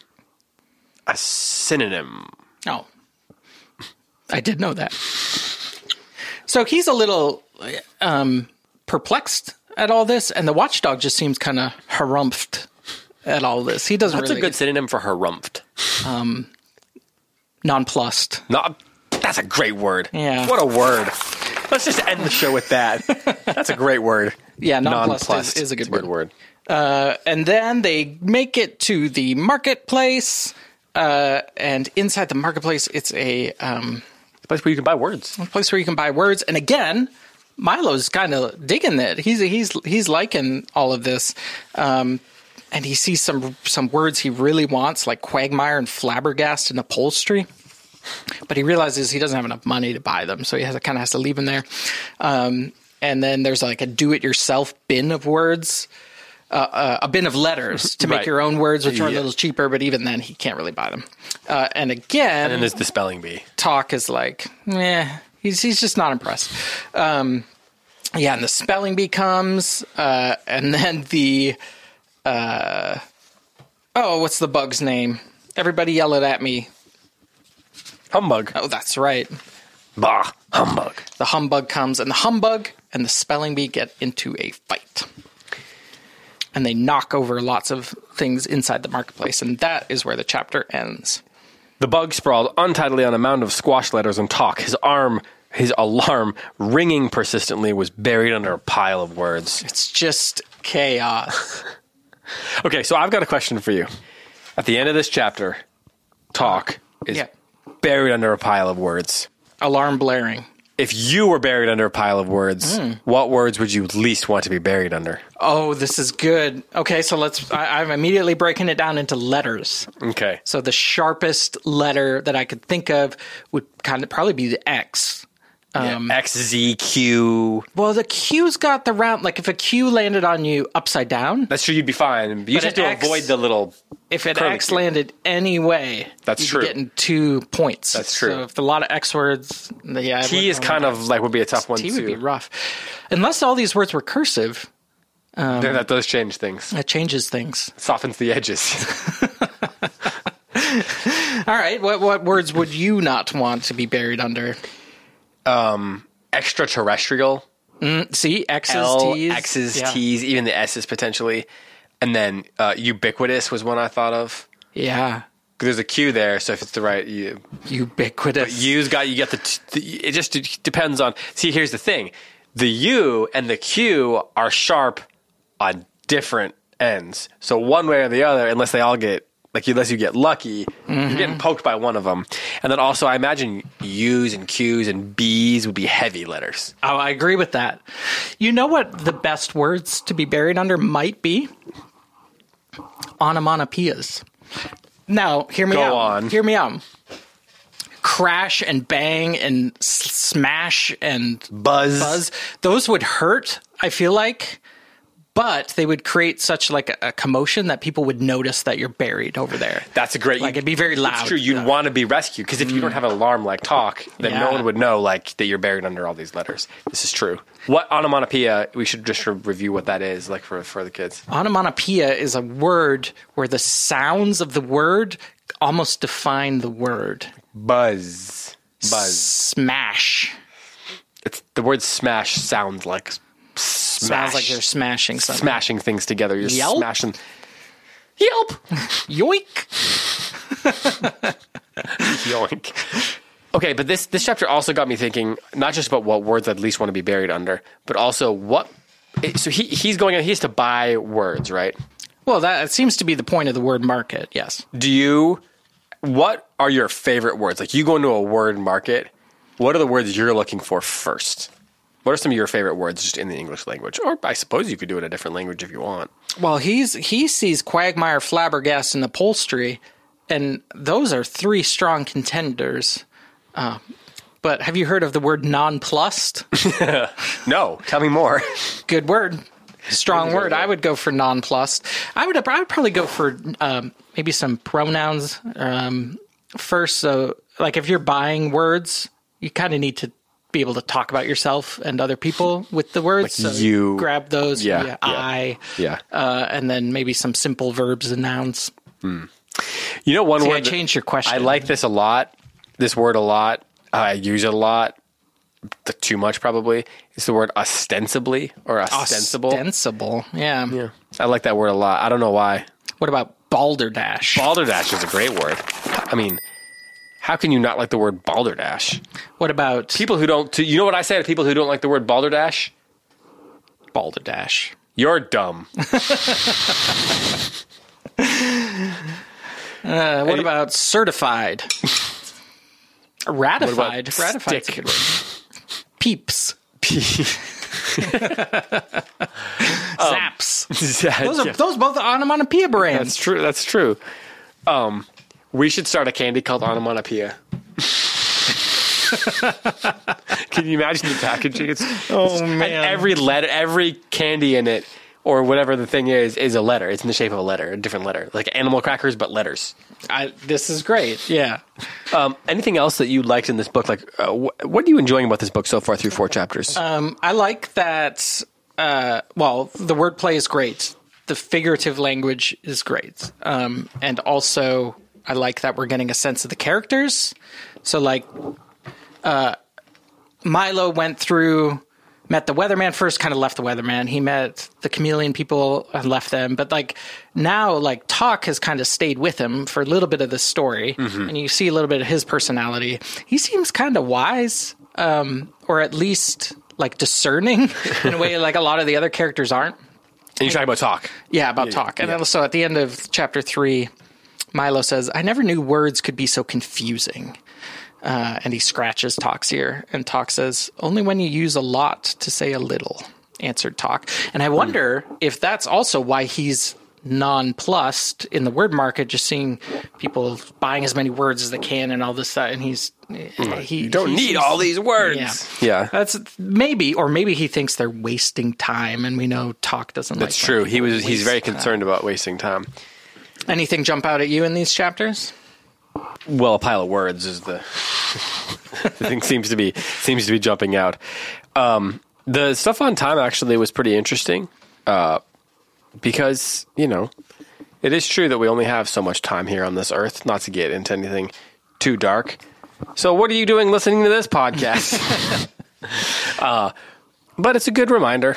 Speaker 1: A synonym.
Speaker 2: Oh, I did know that. So he's a little um, perplexed at all this, and the watchdog just seems kind of harumphed at all this. He doesn't
Speaker 1: That's
Speaker 2: really
Speaker 1: a good synonym for harumphed.
Speaker 2: nonplussed.
Speaker 1: Not, that's a great word.
Speaker 2: Yeah.
Speaker 1: What a word. Let's just end the show with that. That's a great word.
Speaker 2: Yeah, nonplussed,
Speaker 1: Nonplussed.
Speaker 2: Is, is a good
Speaker 1: It's
Speaker 2: word.
Speaker 1: word.
Speaker 2: And then they make it to the marketplace, uh, and inside the marketplace, it's a um,
Speaker 1: It's a place where you can buy words.
Speaker 2: place where you can buy words. And again, Milo's kind of digging it. He's he's he's liking all of this, um, and he sees some some words he really wants, like quagmire and flabbergast and upholstery. But he realizes he doesn't have enough money to buy them, so he has kind of has to leave them there. Um, and then there's like a do-it-yourself bin of words. Uh, uh, a bin of letters to make
Speaker 1: Mm-hmm. Right.
Speaker 2: your own words, which are a
Speaker 1: Yeah.
Speaker 2: little cheaper, but even then he can't really buy them. Uh, and again,
Speaker 1: And there's the spelling bee.
Speaker 2: talk is like, eh, he's he's just not impressed. Um, yeah, and the spelling becomes, uh, and then the, uh, oh, what's the bug's name? Everybody yell it at me.
Speaker 1: Humbug.
Speaker 2: Oh, that's right.
Speaker 1: Bah. Humbug.
Speaker 2: The humbug comes, and the humbug and the spelling bee get into a fight. And they knock over lots of things inside the marketplace, and that is where the chapter ends.
Speaker 1: The bug sprawled untidily on a mound of squash letters and talk. His arm, his alarm ringing persistently, was buried under a pile of words.
Speaker 2: It's just chaos.
Speaker 1: Okay, so I've got a question for you. At the end of this chapter, talk is
Speaker 2: Yeah.
Speaker 1: buried under a pile of words.
Speaker 2: Alarm blaring.
Speaker 1: if you were buried under a pile of words,
Speaker 2: Hmm.
Speaker 1: what words would you least want to be buried under?
Speaker 2: Oh, this is good. Okay, so let's. I, I'm immediately breaking it down into letters.
Speaker 1: Okay.
Speaker 2: So the sharpest letter that I could think of would kind of probably be the X.
Speaker 1: X Z Q.
Speaker 2: Well, the Q's got the round. Like if a Q landed on you upside down,
Speaker 1: That's true. You'd be fine. You just have
Speaker 2: an
Speaker 1: to
Speaker 2: X-
Speaker 1: avoid the little.
Speaker 2: if an
Speaker 1: Curly
Speaker 2: X
Speaker 1: Q.
Speaker 2: landed any way,
Speaker 1: That's
Speaker 2: you'd
Speaker 1: true.
Speaker 2: Be getting two points.
Speaker 1: That's true.
Speaker 2: So if a lot of X words, yeah, I
Speaker 1: T
Speaker 2: wouldn't
Speaker 1: is
Speaker 2: wanna-
Speaker 1: kind of like would be a tough one
Speaker 2: T
Speaker 1: too.
Speaker 2: would be rough, unless all these words were cursive.
Speaker 1: Then that does change things.
Speaker 2: That changes things.
Speaker 1: Softens the edges.
Speaker 2: All right, what what words would you not want to be buried under?
Speaker 1: Extraterrestrial.
Speaker 2: See, X's,
Speaker 1: L,
Speaker 2: T's,
Speaker 1: X's,
Speaker 2: yeah.
Speaker 1: T's, even the S's potentially. And then uh, ubiquitous was one I thought of.
Speaker 2: Yeah,
Speaker 1: There's a Q there, so if it's the right U,
Speaker 2: ubiquitous.
Speaker 1: U's got you get the, t- the. It just d- depends on. See, here's the thing: the U and the Q are sharp on different ends. So one way or the other, unless they all get like unless you get lucky, you're getting
Speaker 2: Mm-hmm.
Speaker 1: poked by one of them. And then also, I imagine U's and Q's and B's would be heavy letters.
Speaker 2: oh, I agree with that. You know what the best words to be buried under might be? Onomatopoeias. Now, hear me
Speaker 1: Go
Speaker 2: out.
Speaker 1: on.
Speaker 2: Hear me out. Crash and bang and s- smash and
Speaker 1: Buzz.
Speaker 2: buzz. Those would hurt, I feel like, but they would create such like a, a commotion that people would notice that you're buried over there.
Speaker 1: That's a great.
Speaker 2: Like, it'd be very
Speaker 1: It's
Speaker 2: loud. Mm.
Speaker 1: true. You'd want to be rescued because if you don't have an alarm like talk, then
Speaker 2: Yeah.
Speaker 1: no one would know like that you're buried under all these letters. This is true. What onomatopoeia? We should just re- review what that is like for for the kids.
Speaker 2: Onomatopoeia is a word where the sounds of the word almost define the word.
Speaker 1: Buzz. Buzz.
Speaker 2: Smash.
Speaker 1: It's the word smash sounds like s- smash.
Speaker 2: Sounds like you're smashing something.
Speaker 1: smashing things together. You're
Speaker 2: Yelp?
Speaker 1: smashing. Yelp.
Speaker 2: Yoink.
Speaker 1: Yoink. Okay, but this this chapter also got me thinking not just about what words I'd least want to be buried under, but also what. it- So he he's going out. He has to buy words, right?
Speaker 2: Well, that seems to be the point of the word market. Yes.
Speaker 1: Do you? What are your favorite words? Like you go into a word market. What are the words you're looking for first? What are some of your favorite words just in the English language? Or I suppose you could do it in a different language if you want.
Speaker 2: Well, he's he sees Quagmire, Flabbergast, and Upholstery, and those are three strong contenders. Uh, but have you heard of the word nonplussed?
Speaker 1: No, tell me more.
Speaker 2: Good word. Strong word. I would go for nonplussed. I would. I would probably go for um, maybe some pronouns um, first. So, like, if you're buying words, you kind of need to be able to talk about yourself and other people with the words. so
Speaker 1: you-
Speaker 2: grab those.
Speaker 1: Yeah, yeah.
Speaker 2: I.
Speaker 1: Yeah.
Speaker 2: Uh, and then maybe some simple verbs and nouns.
Speaker 1: You know one
Speaker 2: See,
Speaker 1: word.
Speaker 2: I
Speaker 1: that-
Speaker 2: changed your question.
Speaker 1: I like this a lot. This word a lot. I use it a lot. T- Too much probably. It's the word ostensibly or ostensible.
Speaker 2: Ostensible. Yeah.
Speaker 1: I like that word a lot. I don't know why.
Speaker 2: What about balderdash?
Speaker 1: Balderdash is a great word. I mean, how can you not like the word balderdash?
Speaker 2: what about
Speaker 1: People who don't, to, you know what I say to people who don't like the word balderdash?
Speaker 2: balderdash?
Speaker 1: You're dumb.
Speaker 2: Uh, what about certified? Ratified. Ratified's a
Speaker 1: stick?
Speaker 2: good word. Peeps. Zaps. Those are those both are onomatopoeia brands.
Speaker 1: That's true. That's true. Um, we should start a candy called Onomatopoeia. Can you imagine the packaging? It's,
Speaker 2: Oh
Speaker 1: and every letter, every candy in it, or whatever the thing is, is a letter. It's in the shape of a letter, a different letter, like animal crackers, but letters.
Speaker 2: I, this is great. Yeah.
Speaker 1: Um, anything else that you liked in this book? Like, uh, wh- what are you enjoying about this book so far through four chapters?
Speaker 2: Um, I like that. Uh, well, the wordplay is great. The figurative language is great, um, and also I like that we're getting a sense of the characters. So, like, uh, Milo went through, met the weatherman first, kind of left the weatherman. He met the chameleon people and left them. But like now, like Talk has kind of stayed with him for a little bit of the story, and you see a little bit of his personality. He seems kind of wise um, or at least like discerning in a way like a lot of the other characters aren't.
Speaker 1: and you're talking about talk.
Speaker 2: Yeah, about talk. And then so at the end of chapter three, Milo says, I never knew words could be so confusing. Uh, and he scratches Talk's ear, and Talk says, Only when you use a lot to say a little, answered Talk. And
Speaker 1: Hmm.
Speaker 2: I wonder if that's also why he's nonplussed in the word market, just seeing people buying as many words as they can and all this stuff. And he's, he
Speaker 1: Hmm. You don't
Speaker 2: he's-
Speaker 1: need all these words.
Speaker 2: Yeah.
Speaker 1: yeah.
Speaker 2: That's maybe, or maybe he thinks they're wasting time, and we know Talk doesn't
Speaker 1: That's
Speaker 2: like
Speaker 1: true.
Speaker 2: that.
Speaker 1: He was he's very concerned about wasting time.
Speaker 2: Anything jump out at you in these chapters?
Speaker 1: Well, a pile of words is the the thing seems to be seems to be jumping out. Um, the stuff on time actually was pretty interesting uh, because you know it is true that we only have so much time here on this earth. Not to get into anything too dark. So, what are you doing listening to this podcast? Uh, but it's a good reminder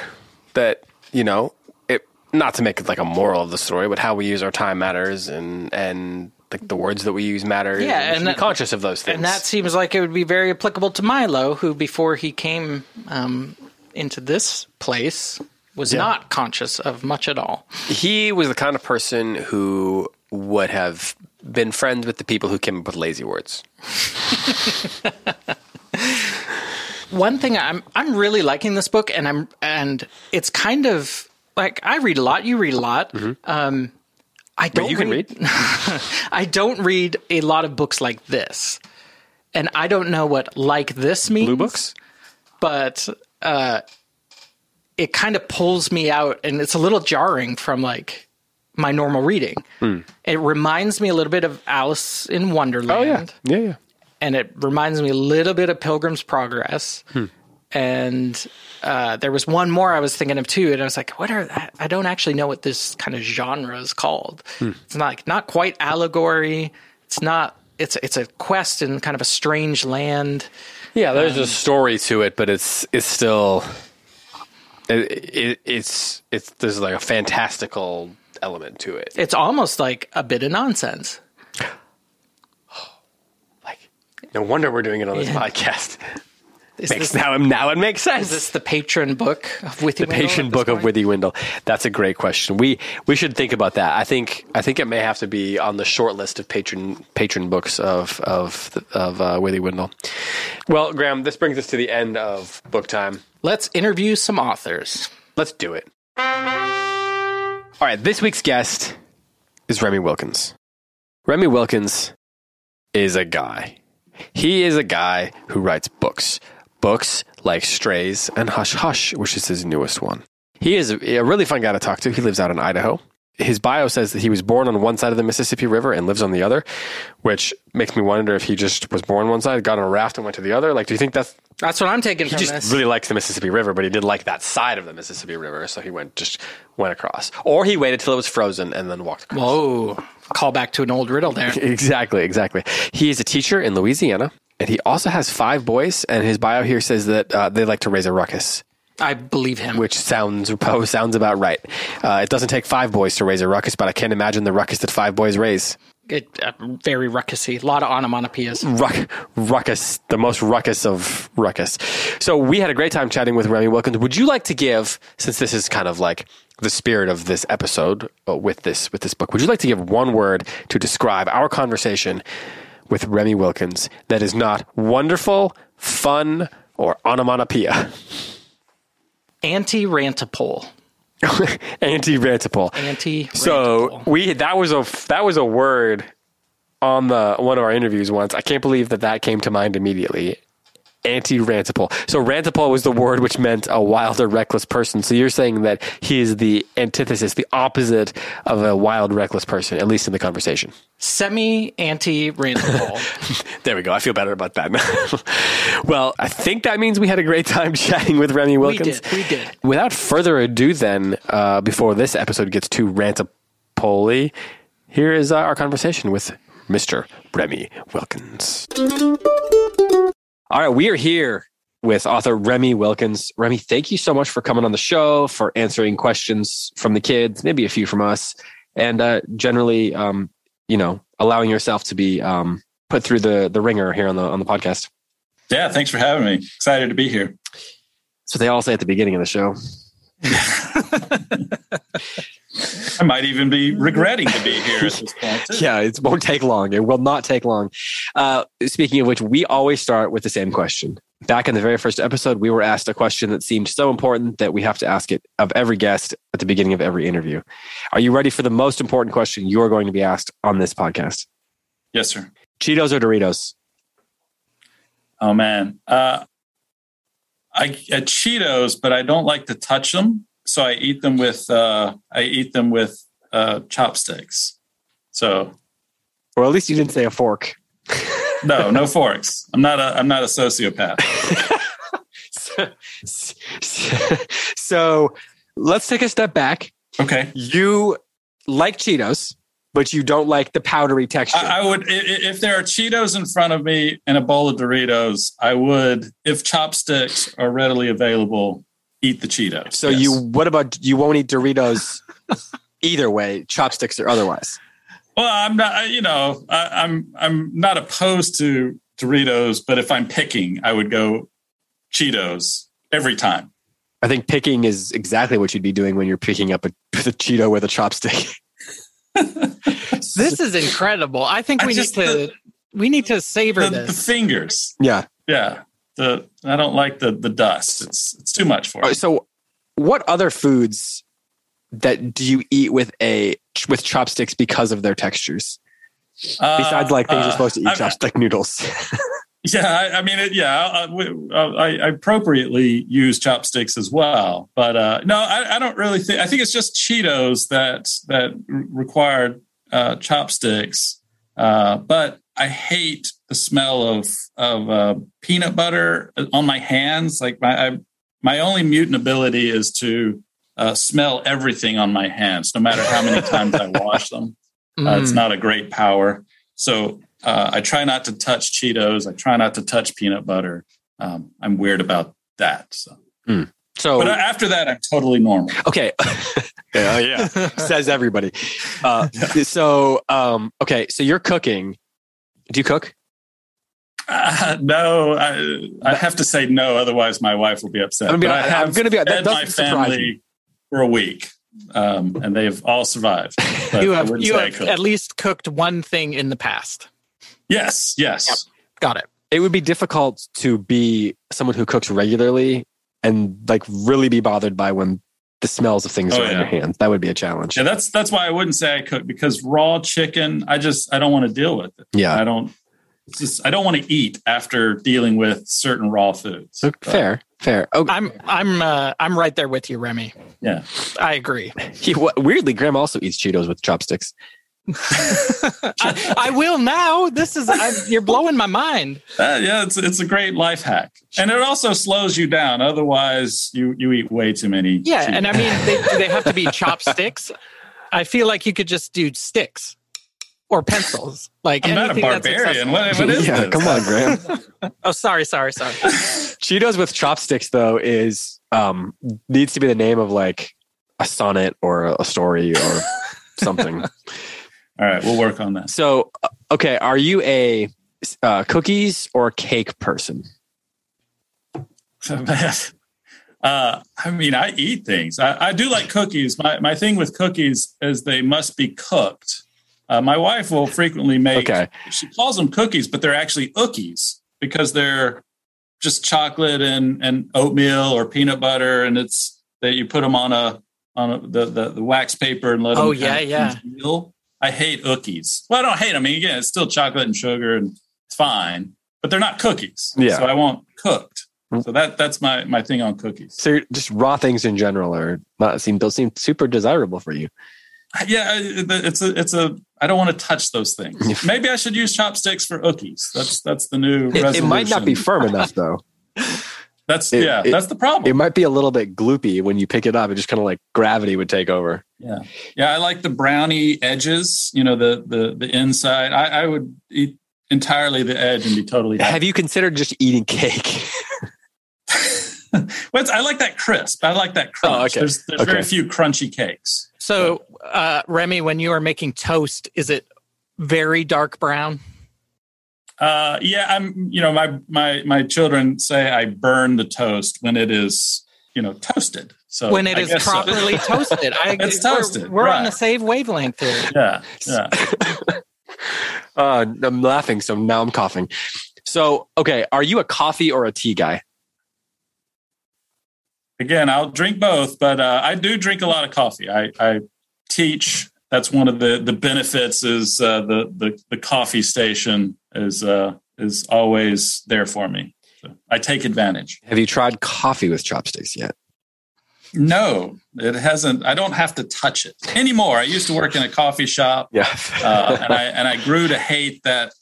Speaker 1: that you know it not to make it like a moral of the story but how we use our time matters and and like the words that we use matter
Speaker 2: Yeah,
Speaker 1: we should
Speaker 2: and
Speaker 1: be
Speaker 2: that-
Speaker 1: conscious of those things
Speaker 2: And that seems like it would be very applicable to Milo, who before he came um, into this place was not conscious of much at all.
Speaker 1: he was the kind of person who would have been friends with the people who came up with lazy words
Speaker 2: one thing I'm I'm really liking this book, and I'm and it's kind of like I read a lot. You read a lot. Um, I don't.
Speaker 1: Mm-hmm. you can
Speaker 2: I don't read a lot of books like this, and I don't know what like this means.
Speaker 1: blue books
Speaker 2: but uh, it kind of pulls me out, and it's a little jarring from like my normal reading.
Speaker 1: Hmm.
Speaker 2: It reminds me a little bit of Alice in Wonderland
Speaker 1: Oh, yeah yeah
Speaker 2: and it reminds me a little bit of Pilgrim's Progress.
Speaker 1: Hmm.
Speaker 2: And uh, there was one more I was thinking of too, and I was like, "What are? That? I don't actually know what this kind of genre is called.
Speaker 1: Hmm.
Speaker 2: It's not like not quite allegory. It's not. It's it's a quest in kind of a strange land.
Speaker 1: yeah there's a story to it but it's it's still it, it, it's it's there's like a fantastical element to it
Speaker 2: It's almost like a bit of nonsense.
Speaker 1: like no wonder we're doing it on this
Speaker 2: Yeah.
Speaker 1: podcast
Speaker 2: Is
Speaker 1: makes
Speaker 2: this,
Speaker 1: now now it makes sense.
Speaker 2: is this the patron book of Withy?
Speaker 1: the patient book of Withy Windle. That's a great question. We we should think about that. I think I think it may have to be on the short list of patron patron books of of the- of uh, Withy Windle. Well, Graham, this brings us to the end of book time.
Speaker 2: Let's interview some authors.
Speaker 1: Let's do it. All right, this week's guest is Remy Wilkins. Remy Wilkins is a guy. He is a guy who writes books. Books like Strays and Hush Hush, which is his newest one. He is a a really fun guy to talk to. He lives out in Idaho. His bio says that he was born on one side of the Mississippi River and lives on the other, which makes me wonder if he just was born one side, got on a raft, and went to the other. Like, do you think that's
Speaker 2: That's what I'm taking from
Speaker 1: he just
Speaker 2: this.
Speaker 1: really likes the Mississippi River, but he did like that side of the Mississippi River, so he went just went across, or he waited till it was frozen and then walked across.
Speaker 2: Whoa! Call back to an old riddle there.
Speaker 1: Exactly, exactly. He is a teacher in Louisiana, and he also has five boys. And his bio here says that uh, they like to raise a ruckus,
Speaker 2: I believe him.
Speaker 1: which sounds probably sounds about right. Uh, it doesn't take five boys to raise a ruckus, but I can't imagine the ruckus that five boys raise.
Speaker 2: it, uh, very ruckusy. A lot of onomatopoeias.
Speaker 1: ruck, ruckus, the most ruckus of ruckus. So we had a great time chatting with Remy Wilkins. Would you like to give, since this is kind of like the spirit of this episode uh, with this with this book, would you like to give one word to describe our conversation with Remy Wilkins that is not wonderful, fun, or onomatopoeia?
Speaker 2: Anti rantipole.
Speaker 1: Anti-rantipole.
Speaker 2: Anti.
Speaker 1: So we that was a that was a word on the one of our interviews once. I can't believe that that came to mind immediately. Anti rantipole. So rantipole was the word which meant a wild or reckless person. So you're saying that he is the antithesis, the opposite of a wild, reckless person, at least in the conversation.
Speaker 2: semi anti rantipole.
Speaker 1: There we go. I feel better about that. now. well, I think that means we had a great time chatting with Remy Wilkins.
Speaker 2: did. We did.
Speaker 1: Without further ado, then, uh, before this episode gets too rantipoli, here is uh, our conversation with Mr. Remy Wilkins. All right, we are here with author Remy Wilkins. Remy, thank you so much for coming on the show, for answering questions from the kids, maybe a few from us, and uh, generally, um, you know, allowing yourself to be um, put through the the ringer here on the on the podcast.
Speaker 3: Yeah, thanks for having me. Excited to be here.
Speaker 1: That's what they all say at the beginning of the show.
Speaker 3: I might even be regretting to be here at this point. too.
Speaker 1: Mm-hmm. yeah, it won't take long. It will not take long. Uh, speaking of which, we always start with the same question. Back in the very first episode, we were asked a question that seemed so important that we have to ask it of every guest at the beginning of every interview. Are you ready for the most important question you're going to be asked on this podcast?
Speaker 3: Yes, sir.
Speaker 1: Cheetos or Doritos?
Speaker 3: Oh man, uh, I, I Cheetos, but I don't like to touch them, so I eat them with uh, I eat them with uh, chopsticks. So
Speaker 1: Or at least you didn't say a fork.
Speaker 3: no, no forks. I'm not a I'm not a sociopath.
Speaker 1: so let's take a step back.
Speaker 3: Okay,
Speaker 1: You like Cheetos, but you don't like the powdery texture.
Speaker 3: I, I would i- i- if there are Cheetos in front of me and a bowl of Doritos, I would if chopsticks are readily available, eat the Cheetos.
Speaker 1: So
Speaker 3: Yes.
Speaker 1: you what about you won't eat Doritos either way, chopsticks or otherwise.
Speaker 3: Well, I'm not. I- You know, I, I'm I'm not opposed to Doritos, but if I'm picking, I would go Cheetos every time.
Speaker 1: I think picking is exactly what you'd be doing when you're picking up a, the Cheeto with a chopstick.
Speaker 2: This is incredible. I think
Speaker 3: I
Speaker 2: we
Speaker 3: just-
Speaker 2: need to we need to savor
Speaker 3: The, the
Speaker 2: this.
Speaker 3: fingers.
Speaker 1: Yeah.
Speaker 3: Yeah. The I don't like the the dust. It's it's too much for
Speaker 1: All right,
Speaker 3: me.
Speaker 1: so what other foods that do you eat with a with chopsticks because of their textures?
Speaker 3: Uh,
Speaker 1: Besides, like things you're
Speaker 3: uh,
Speaker 1: supposed to eat
Speaker 3: I-
Speaker 1: chopstick noodles.
Speaker 3: Yeah, I, I mean, it, yeah, I, I, I appropriately use chopsticks as well, but uh, no, I, I don't really think. I think it's just Cheetos that that re- required uh, chopsticks. Uh, but I hate the smell of of uh, peanut butter uh, on my hands. Like my I, my only mutant ability is to uh, smell everything on my hands, no matter how many times I wash them. Uh, it's
Speaker 1: Hmm.
Speaker 2: Mm.
Speaker 3: not a great power. So uh, I try not to touch Cheetos. I try not to touch peanut butter. Um, I'm weird about that. So.
Speaker 1: so
Speaker 3: But after that, I'm totally normal.
Speaker 1: okay, yeah, yeah, says everybody. Uh, so um, okay, so you're cooking. Do you cook?
Speaker 3: Uh, no, I, I have to say no, otherwise my wife will be upset.
Speaker 1: I'm gonna be-
Speaker 3: But I
Speaker 1: I'm
Speaker 3: have
Speaker 1: gonna be- that
Speaker 3: fed my
Speaker 1: doesn't surprise
Speaker 3: family for a week, um, and they've all survived. But
Speaker 2: you
Speaker 3: I
Speaker 2: have
Speaker 3: wouldn't
Speaker 2: you
Speaker 3: say I
Speaker 2: have
Speaker 3: could.
Speaker 2: at least cooked one thing in the past.
Speaker 3: yes, yes,
Speaker 2: Got it.
Speaker 1: it would be difficult to be someone who cooks regularly and like really be bothered by when the smells of things
Speaker 3: Oh,
Speaker 1: are in
Speaker 3: yeah.
Speaker 1: your hands. That would be a challenge.
Speaker 3: yeah. That's that's why I wouldn't say I cook because raw chicken. I just I don't want to deal with it.
Speaker 1: Yeah.
Speaker 3: I don't. It's just I don't want to eat after dealing with certain raw foods.
Speaker 1: So fair, fair. Oh,
Speaker 2: I'm I'm uh, I'm right there with you, Remy.
Speaker 3: Yeah.
Speaker 2: I agree.
Speaker 1: he, wa- weirdly, Graham also eats Cheetos with chopsticks.
Speaker 2: I, I will now. This is I'm, you're blowing my mind.
Speaker 3: Uh, yeah, it's it's a great life hack, and it also slows you down. Otherwise, you you eat way too many.
Speaker 2: Yeah,
Speaker 3: cheese.
Speaker 2: and I mean they do they have to be chopsticks. I feel like you could just do sticks or pencils. Like
Speaker 3: I'm not a
Speaker 2: anything that's
Speaker 3: barbarian.
Speaker 2: accessible.
Speaker 3: What, what is
Speaker 1: yeah,
Speaker 3: this?
Speaker 1: come on, Graham.
Speaker 2: Oh, sorry, sorry, sorry.
Speaker 1: Cheetos with chopsticks though is um needs to be the name of like a sonnet or a story or something.
Speaker 3: All right, we'll work on this.
Speaker 1: So, uh, okay, are you a uh, cookies or cake person?
Speaker 3: Uh, I mean, I eat things. I, I do like cookies. My my thing with cookies is they must be cooked. Uh, my wife will frequently make.
Speaker 1: Okay.
Speaker 3: She calls them cookies, but they're actually ookies because they're just chocolate and and oatmeal or peanut butter, and it's that you put them on a on a, the, the the wax paper and let
Speaker 2: Oh,
Speaker 3: them.
Speaker 2: yeah, yeah.
Speaker 3: congeal. I hate ookies. Well, I don't hate them. I mean, again, it's still chocolate and sugar, and it's fine. But they're not cookies.
Speaker 1: Yeah.
Speaker 3: So I want cooked. So that that's my my thing on cookies.
Speaker 1: So you're- just raw things in general are not seem don't seem super desirable for you.
Speaker 3: Yeah, I- it's a it's a. I don't want to touch those things. Maybe I should use chopsticks for ookies. That's that's the new.
Speaker 1: It, it
Speaker 3: resolution.
Speaker 1: might not be firm enough though.
Speaker 3: That's
Speaker 1: it-
Speaker 3: yeah.
Speaker 1: it-
Speaker 3: that's the problem.
Speaker 1: It might be a little bit gloopy when you pick it up. It just kind of like gravity would take over.
Speaker 3: Yeah, yeah. I like the brownie edges. You know, the the the inside. I, I would eat entirely the edge and be totally. Happy.
Speaker 1: Have you considered just eating cake?
Speaker 3: Well, it's- I like that crisp. I like that crunch.
Speaker 1: Oh, okay.
Speaker 3: There's there's
Speaker 1: Okay.
Speaker 3: very few crunchy cakes.
Speaker 2: So, uh, Remy, when you are making toast, is it very dark brown?
Speaker 3: Uh, yeah, I'm. You know, my my my children say I burn the toast when it is you know toasted. So
Speaker 2: when it
Speaker 3: Oh, I
Speaker 2: is
Speaker 3: guess so.
Speaker 2: properly toasted. I,
Speaker 3: It's
Speaker 2: we're-
Speaker 3: toasted,
Speaker 2: We're on
Speaker 3: right.
Speaker 2: the same wavelength here.
Speaker 3: yeah, yeah.
Speaker 1: Uh, I'm laughing, so now I'm coughing. So, okay, are you a coffee or a tea guy?
Speaker 3: Again, I'll drink both, but uh, I do drink a lot of coffee. I, I teach. That's one of the the benefits is uh, the the the coffee station is uh, is always there for me. So I take advantage.
Speaker 1: Have you tried coffee with chopsticks yet?
Speaker 3: No, it hasn't. I don't have to touch it anymore. I used to work in a coffee shop
Speaker 1: Yeah.
Speaker 3: uh, and I and I grew to hate that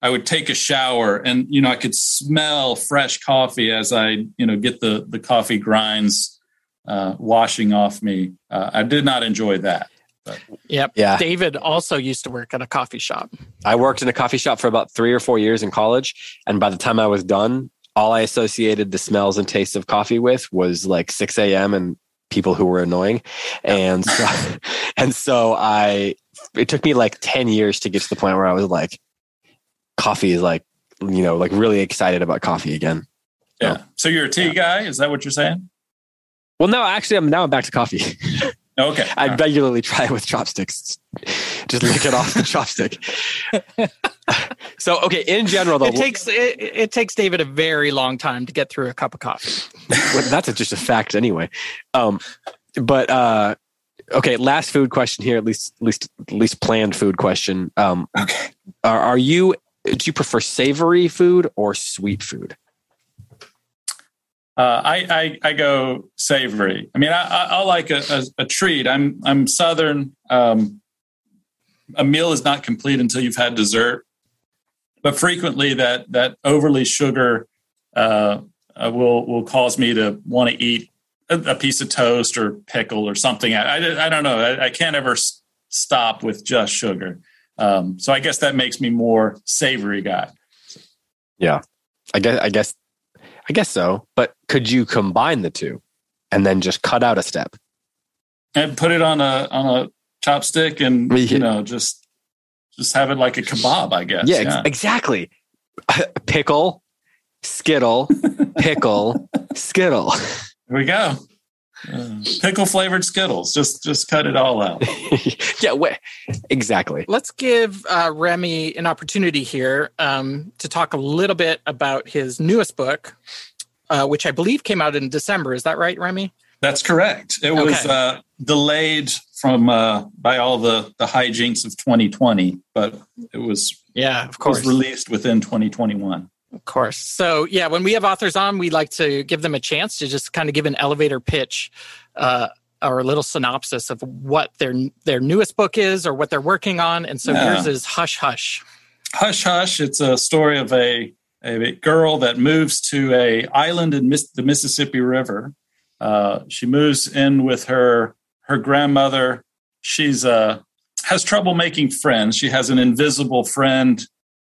Speaker 3: I would take a shower and you know I could smell fresh coffee as I you know get the the coffee grinds uh, washing off me. Uh, I did not enjoy that.
Speaker 2: Yep.
Speaker 3: Ah.
Speaker 1: Yeah.
Speaker 2: David also used to work at a coffee shop.
Speaker 1: I worked in a coffee shop for about three or four years in college. And by the time I was done, all I associated the smells and tastes of coffee with was like 6 a.m. and people who were annoying. And so, and so I, it took me like 10 years to get to the point where I was like, coffee is like, you know, like really excited about coffee again.
Speaker 3: Yeah. So you're a tea guy? Is that what you're saying?
Speaker 1: Well, no, actually, I'm now I'm back to coffee.
Speaker 3: Okay.
Speaker 1: I regularly try it with chopsticks. Just lick it off the chopstick. so, okay, in general, though,
Speaker 2: It takes it, it takes David a very long time to get through a cup of coffee.
Speaker 1: well, that's just a fact anyway. Um, but uh, okay, last food question here. At least, at least, at least planned food question. Um,
Speaker 3: okay.
Speaker 1: are, are you? Do you prefer savory food or sweet food?
Speaker 3: Uh, I, I I go savory. I mean, I, I, I like a, a, a treat. I'm I'm Southern. Um, a meal is not complete until you've had dessert. But frequently, that that overly sugar uh, uh, will will cause me to want to eat a, a piece of toast or pickle or something. I I, I don't know. I, I can't ever s- stop with just sugar. Um, so I guess that makes me more savory guy.
Speaker 1: I guess, I guess, I guess so. But could you combine the two, and then just cut out a step?
Speaker 3: and put it on a on a chopstick and
Speaker 1: Yeah.
Speaker 3: you know just just have it like a kebab i guess
Speaker 1: yeah, ex- exactly. Pickle, skittle, pickle, skittle.
Speaker 3: here we go Uh, pickle flavored skittles just just cut it all out
Speaker 1: yeah, wait, exactly.
Speaker 2: Let's give uh, Remy an opportunity here um, to talk a little bit about his newest book, uh, which I believe came out in December. Is that right, Remy?
Speaker 3: that's correct it was
Speaker 2: Okay.
Speaker 3: uh delayed from uh by all the the hijinks of 2020 but it was
Speaker 2: Yeah, of
Speaker 3: was released within 2021
Speaker 2: Of course. So, yeah, when we have authors on, we like to give them a chance to just kind of give an elevator pitch uh, or a little synopsis of what their their newest book is or what they're working on. And so
Speaker 3: Yeah.
Speaker 2: yours is Hush Hush.
Speaker 3: Hush Hush. It's a story of a, a girl that moves to a island in Miss, the Mississippi River. Uh, she moves in with her her grandmother. She's uh, has trouble making friends. She has an invisible friend,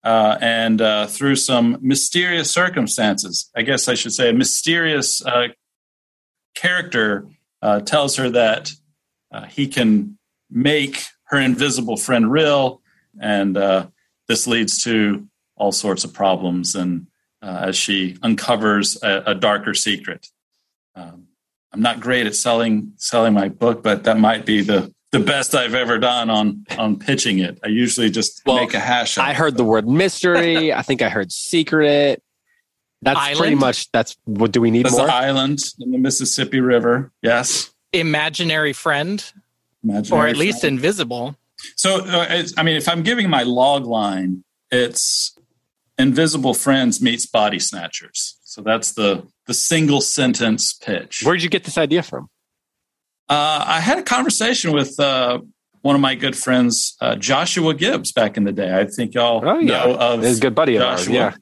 Speaker 3: uh, and uh, through some mysterious circumstances, I guess I should say, a mysterious uh, character uh, tells her that uh, he can make her invisible friend real, and uh, this leads to all sorts of problems and uh, as she uncovers a, a darker secret um, i'm not great at selling selling my book but that might be the the best i've ever done on on pitching it i usually just
Speaker 1: Well,
Speaker 3: make a hash of
Speaker 1: I
Speaker 3: it.
Speaker 1: heard the word mystery. I think I heard secret. That's pretty
Speaker 2: Island?
Speaker 1: much that's what do we need
Speaker 3: there's
Speaker 1: more?
Speaker 3: an island in the mississippi river yes
Speaker 2: Imaginary friend, or
Speaker 3: Imaginary
Speaker 2: at least
Speaker 3: friend.
Speaker 2: invisible.
Speaker 3: So, uh, it's, I mean, if I'm giving my log line, it's Invisible Friends meets Body Snatchers. So that's the the single sentence pitch.
Speaker 1: Where'd you get this idea from?
Speaker 3: Uh, I had a conversation with uh, one of my good friends, uh, Joshua Gibbs, back in the day. I think y'all
Speaker 1: Oh, yeah.
Speaker 3: know of
Speaker 1: It's a good buddy of ours.
Speaker 3: Joshua.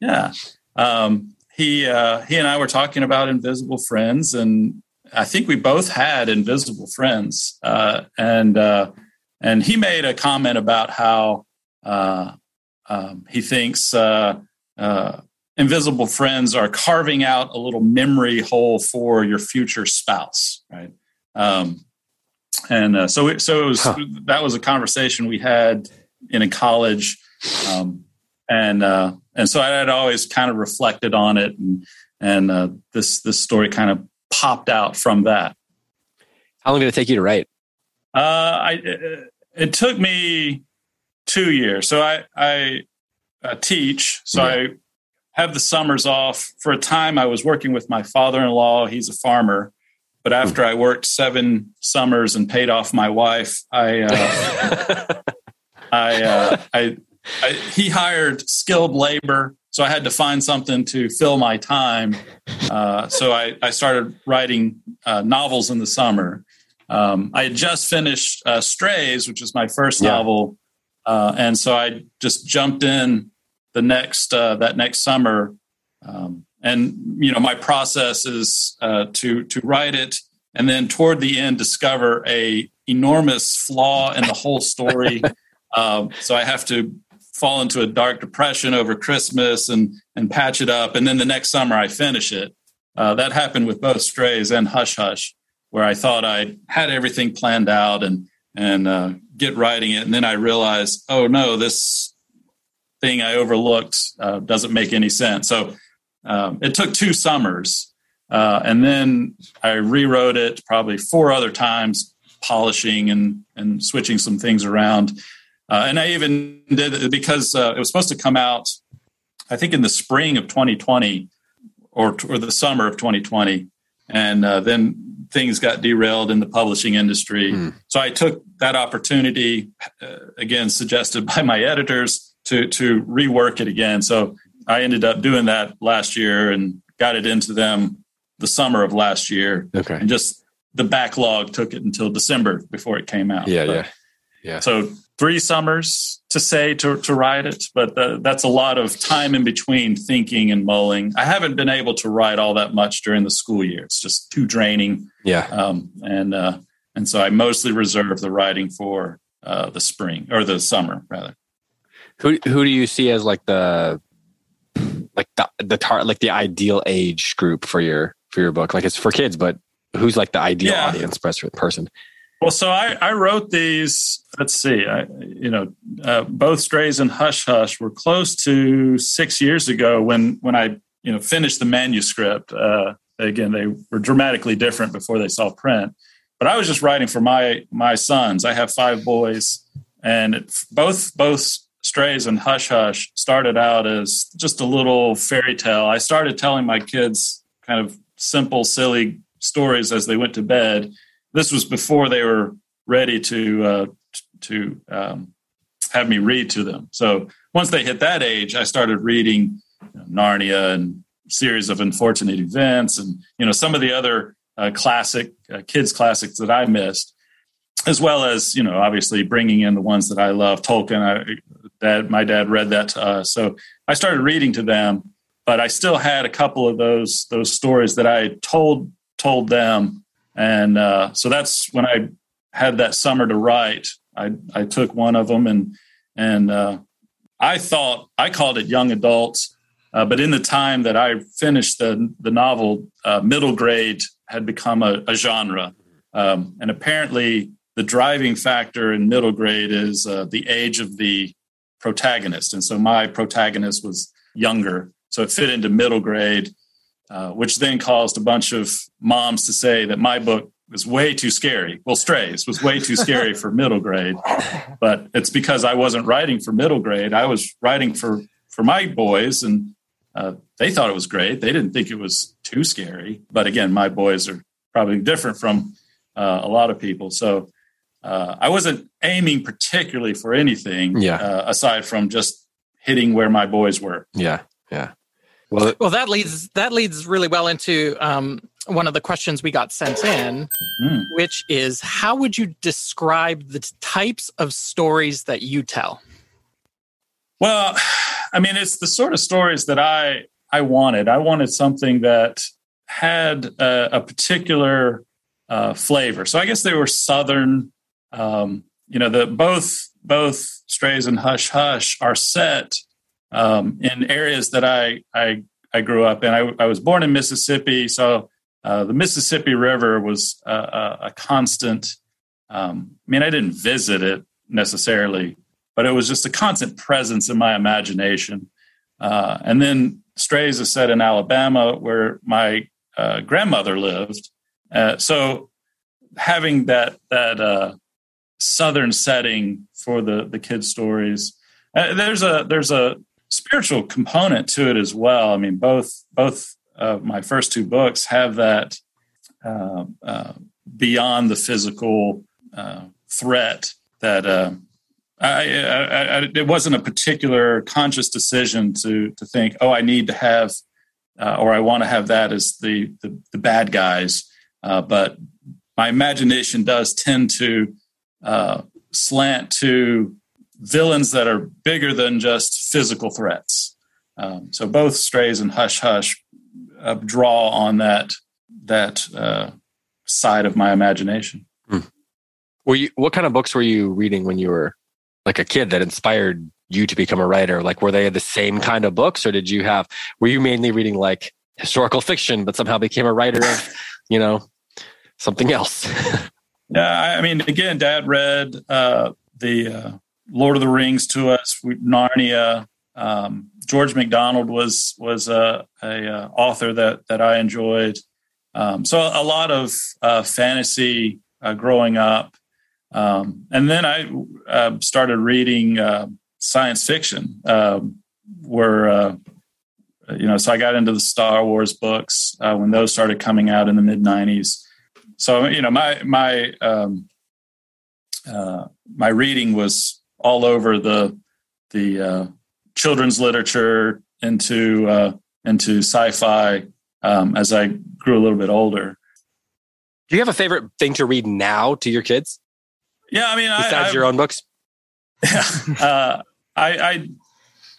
Speaker 1: Yeah.
Speaker 3: Yeah. Um, he uh, he and I were talking about invisible friends, and I think we both had invisible friends. Uh, and uh, and he made a comment about how uh, um, he thinks uh, uh, invisible friends are carving out a little memory hole for your future spouse, right? Um, and uh, so it, so it was
Speaker 1: Huh.
Speaker 3: that was a conversation we had in a college. Um, and uh, and so I had always kind of reflected on it, and and uh, this this story kind of popped out from that.
Speaker 1: How long did it take you to write?
Speaker 3: Uh, I it, it took me two years. So I I uh, teach, so I have the summers off. For a time, I was working with my father-in-law. He's a farmer, but after I worked seven summers and paid off my wife, I uh, I, uh, I I he hired skilled labor. So I had to find something to fill my time. Uh, so I, I started writing uh, novels in the summer. Um, I had just finished uh, Strays, which is my first
Speaker 1: Yeah.
Speaker 3: novel, uh, and so I just jumped in the next uh, that next summer. Um, and you know, my process is uh, to to write it, and then toward the end, discover a enormous flaw in the whole story. um, so I have to fall into a dark depression over Christmas and and patch it up, and then the next summer I finish it. Uh, that happened with both Strays and Hush Hush where I thought I had everything planned out and and uh, get writing it, and then I realized, oh no, this thing I overlooked uh, doesn't make any sense. So um, it took two summers, uh, and then I rewrote it probably four other times, polishing and and switching some things around. Uh, and I even did it because uh, it was supposed to come out, I think, in the spring of 2020 or or the summer of 2020 and uh, then things got derailed in the publishing industry.
Speaker 1: Hmm.
Speaker 3: So I took that opportunity, uh, again suggested by my editors, to to rework it again. So I ended up doing that last year and got it into them the summer of last year,
Speaker 1: Okay.
Speaker 3: and just the backlog took it until December before it came out.
Speaker 1: Yeah,
Speaker 3: But-
Speaker 1: yeah. Yeah.
Speaker 3: So three summers to say to to write it, but uh, that's a lot of time in between thinking and mulling. I haven't been able to write all that much during the school year. It's just too draining,
Speaker 1: Yeah.
Speaker 3: um, and uh, and so I mostly reserve the writing for uh, the spring or the summer rather.
Speaker 1: Who who do you see as like the like the the tar, like the ideal age group for your for your book? Like it's for kids, but who's like the ideal
Speaker 3: Yeah.
Speaker 1: audience pers- person?
Speaker 3: Well, so I, I wrote these. Let's see, I, you know, uh, both Strays and Hush Hush were close to six years ago when when I you know finished the manuscript. Uh, again, they were dramatically different before they saw print. But I was just writing for my my sons. I have five boys, and it, both both Strays and Hush Hush started out as just a little fairy tale. I started telling my kids kind of simple, silly stories as they went to bed this was before they were ready to uh, t- to um, have me read to them. So once they hit that age, I started reading you know, Narnia and series of unfortunate events, and you know some of the other uh, classic uh, kids classics that I missed, as well as you know obviously bringing in the ones that I love. Tolkien, I, dad, my dad read that to us, so I started reading to them. But I still had a couple of those those stories that I told told them and uh, so that's when I had that summer to write. I I took one of them and and uh, I thought I called it young adults, uh, but in the time that I finished the the novel, uh, middle grade had become a, a genre, um, and apparently the driving factor in middle grade is uh, the age of the protagonist, and so my protagonist was younger, so it fit into middle grade uh, which then caused a bunch of moms to say that my book was way too scary. Well, Strays was way too scary for middle grade, but it's because I wasn't writing for middle grade. I was writing for for my boys, and uh, they thought it was great. They didn't think it was too scary. But again, my boys are probably different from uh, a lot of people, so. Uh, I wasn't aiming particularly for anything
Speaker 1: Yeah.
Speaker 3: uh, aside from just hitting where my boys were.
Speaker 1: Yeah. Yeah. Well,
Speaker 2: Well, that leads that leads really well into um, one of the questions we got sent in,
Speaker 3: Hmm.
Speaker 2: which is how would you describe the t- types of stories that you tell?
Speaker 3: Well, I mean, it's the sort of stories that I I wanted. I wanted something that had a, a particular uh, flavor. So I guess they were southern. Um, you know, the both both Strays and Hush Hush are set um, in areas that I I I grew up in. I, I was born in Mississippi, so uh, the Mississippi River was a, a, a constant. Um, I mean, I didn't visit it necessarily, but it was just a constant presence in my imagination. Uh, and then Strays is set in Alabama, where my uh, grandmother lived. Uh, so having that that uh, southern setting for the the kids' stories, uh, there's a there's a spiritual component to it as well. I mean, both both of my first two books have that uh, uh, beyond the physical uh, threat that uh, I, I, I, it wasn't a particular conscious decision to to think, oh, I need to have uh, or I want to have that as the the, the bad guys. Uh, but my imagination does tend to uh, slant to villains that are bigger than just physical threats. Um, so both Strays and Hush Hush uh, draw on that that uh, side of my imagination.
Speaker 1: Were you what kind of books were you reading when you were like a kid that inspired you to become a writer? Like were they the same kind of books or did you have were you mainly reading like historical fiction but somehow became a writer of, you know, something else?
Speaker 3: Yeah, I- I mean, again, Dad read uh, the uh, Lord of the Rings to us, we- Narnia. Um, George MacDonald was was a, a uh, author that that I enjoyed. Um, so a lot of uh, fantasy uh, growing up, um, and then I uh, started reading uh, science fiction. Um, where uh, you know, so I got into the Star Wars books uh, when those started coming out in the mid '90s so you know my my um, uh, my reading was all over the the uh, children's literature into uh, into sci-fi um, as I grew a little bit older.
Speaker 1: Do you have a favorite thing to read now to your kids
Speaker 3: Yeah, I mean, I,
Speaker 1: besides
Speaker 3: I-
Speaker 1: your own books?
Speaker 3: uh, I, I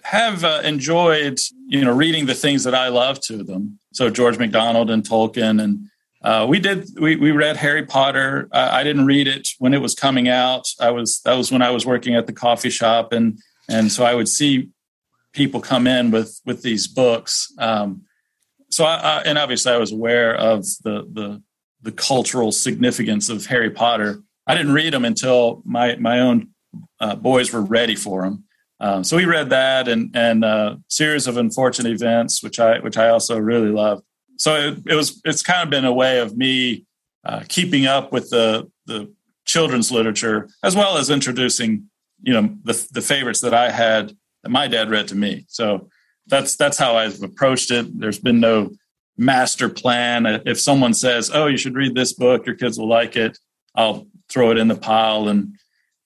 Speaker 3: have uh, enjoyed, you know, reading the things that I love to them. So George MacDonald and Tolkien, and uh, we did we we read Harry Potter. I, I didn't read it when it was coming out. I was that was when I was working at the coffee shop, and and so I would see people come in with with these books. Um, so I, I and obviously I was aware of the the the cultural significance of Harry Potter. I didn't read them until my my own uh, boys were ready for him. Um, so we read that and and uh, series of unfortunate events, which I which I also really loved. So it, it was it's kind of been a way of me uh, keeping up with the the children's literature as well as introducing you know the the favorites that I had that my dad read to me. So that's that's how I've approached it. There's been no master plan. Uh, If someone says, "Oh, you should read this book, your kids will like it," I'll throw it in the pile and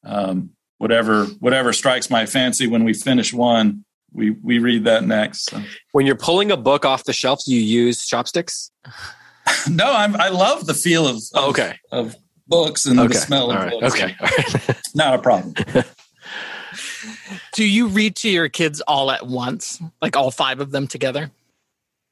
Speaker 3: um, whatever whatever strikes my fancy when we finish one we we read that next so.
Speaker 1: When you're pulling a book off the shelf, do you use chopsticks?
Speaker 3: no i'm i love the feel of, of
Speaker 1: okay.
Speaker 3: of books and
Speaker 1: Okay.
Speaker 3: the smell
Speaker 1: All
Speaker 3: of
Speaker 1: right.
Speaker 3: books
Speaker 1: Okay.
Speaker 3: not a problem
Speaker 2: Do you read to your kids all at once, like all five of them together?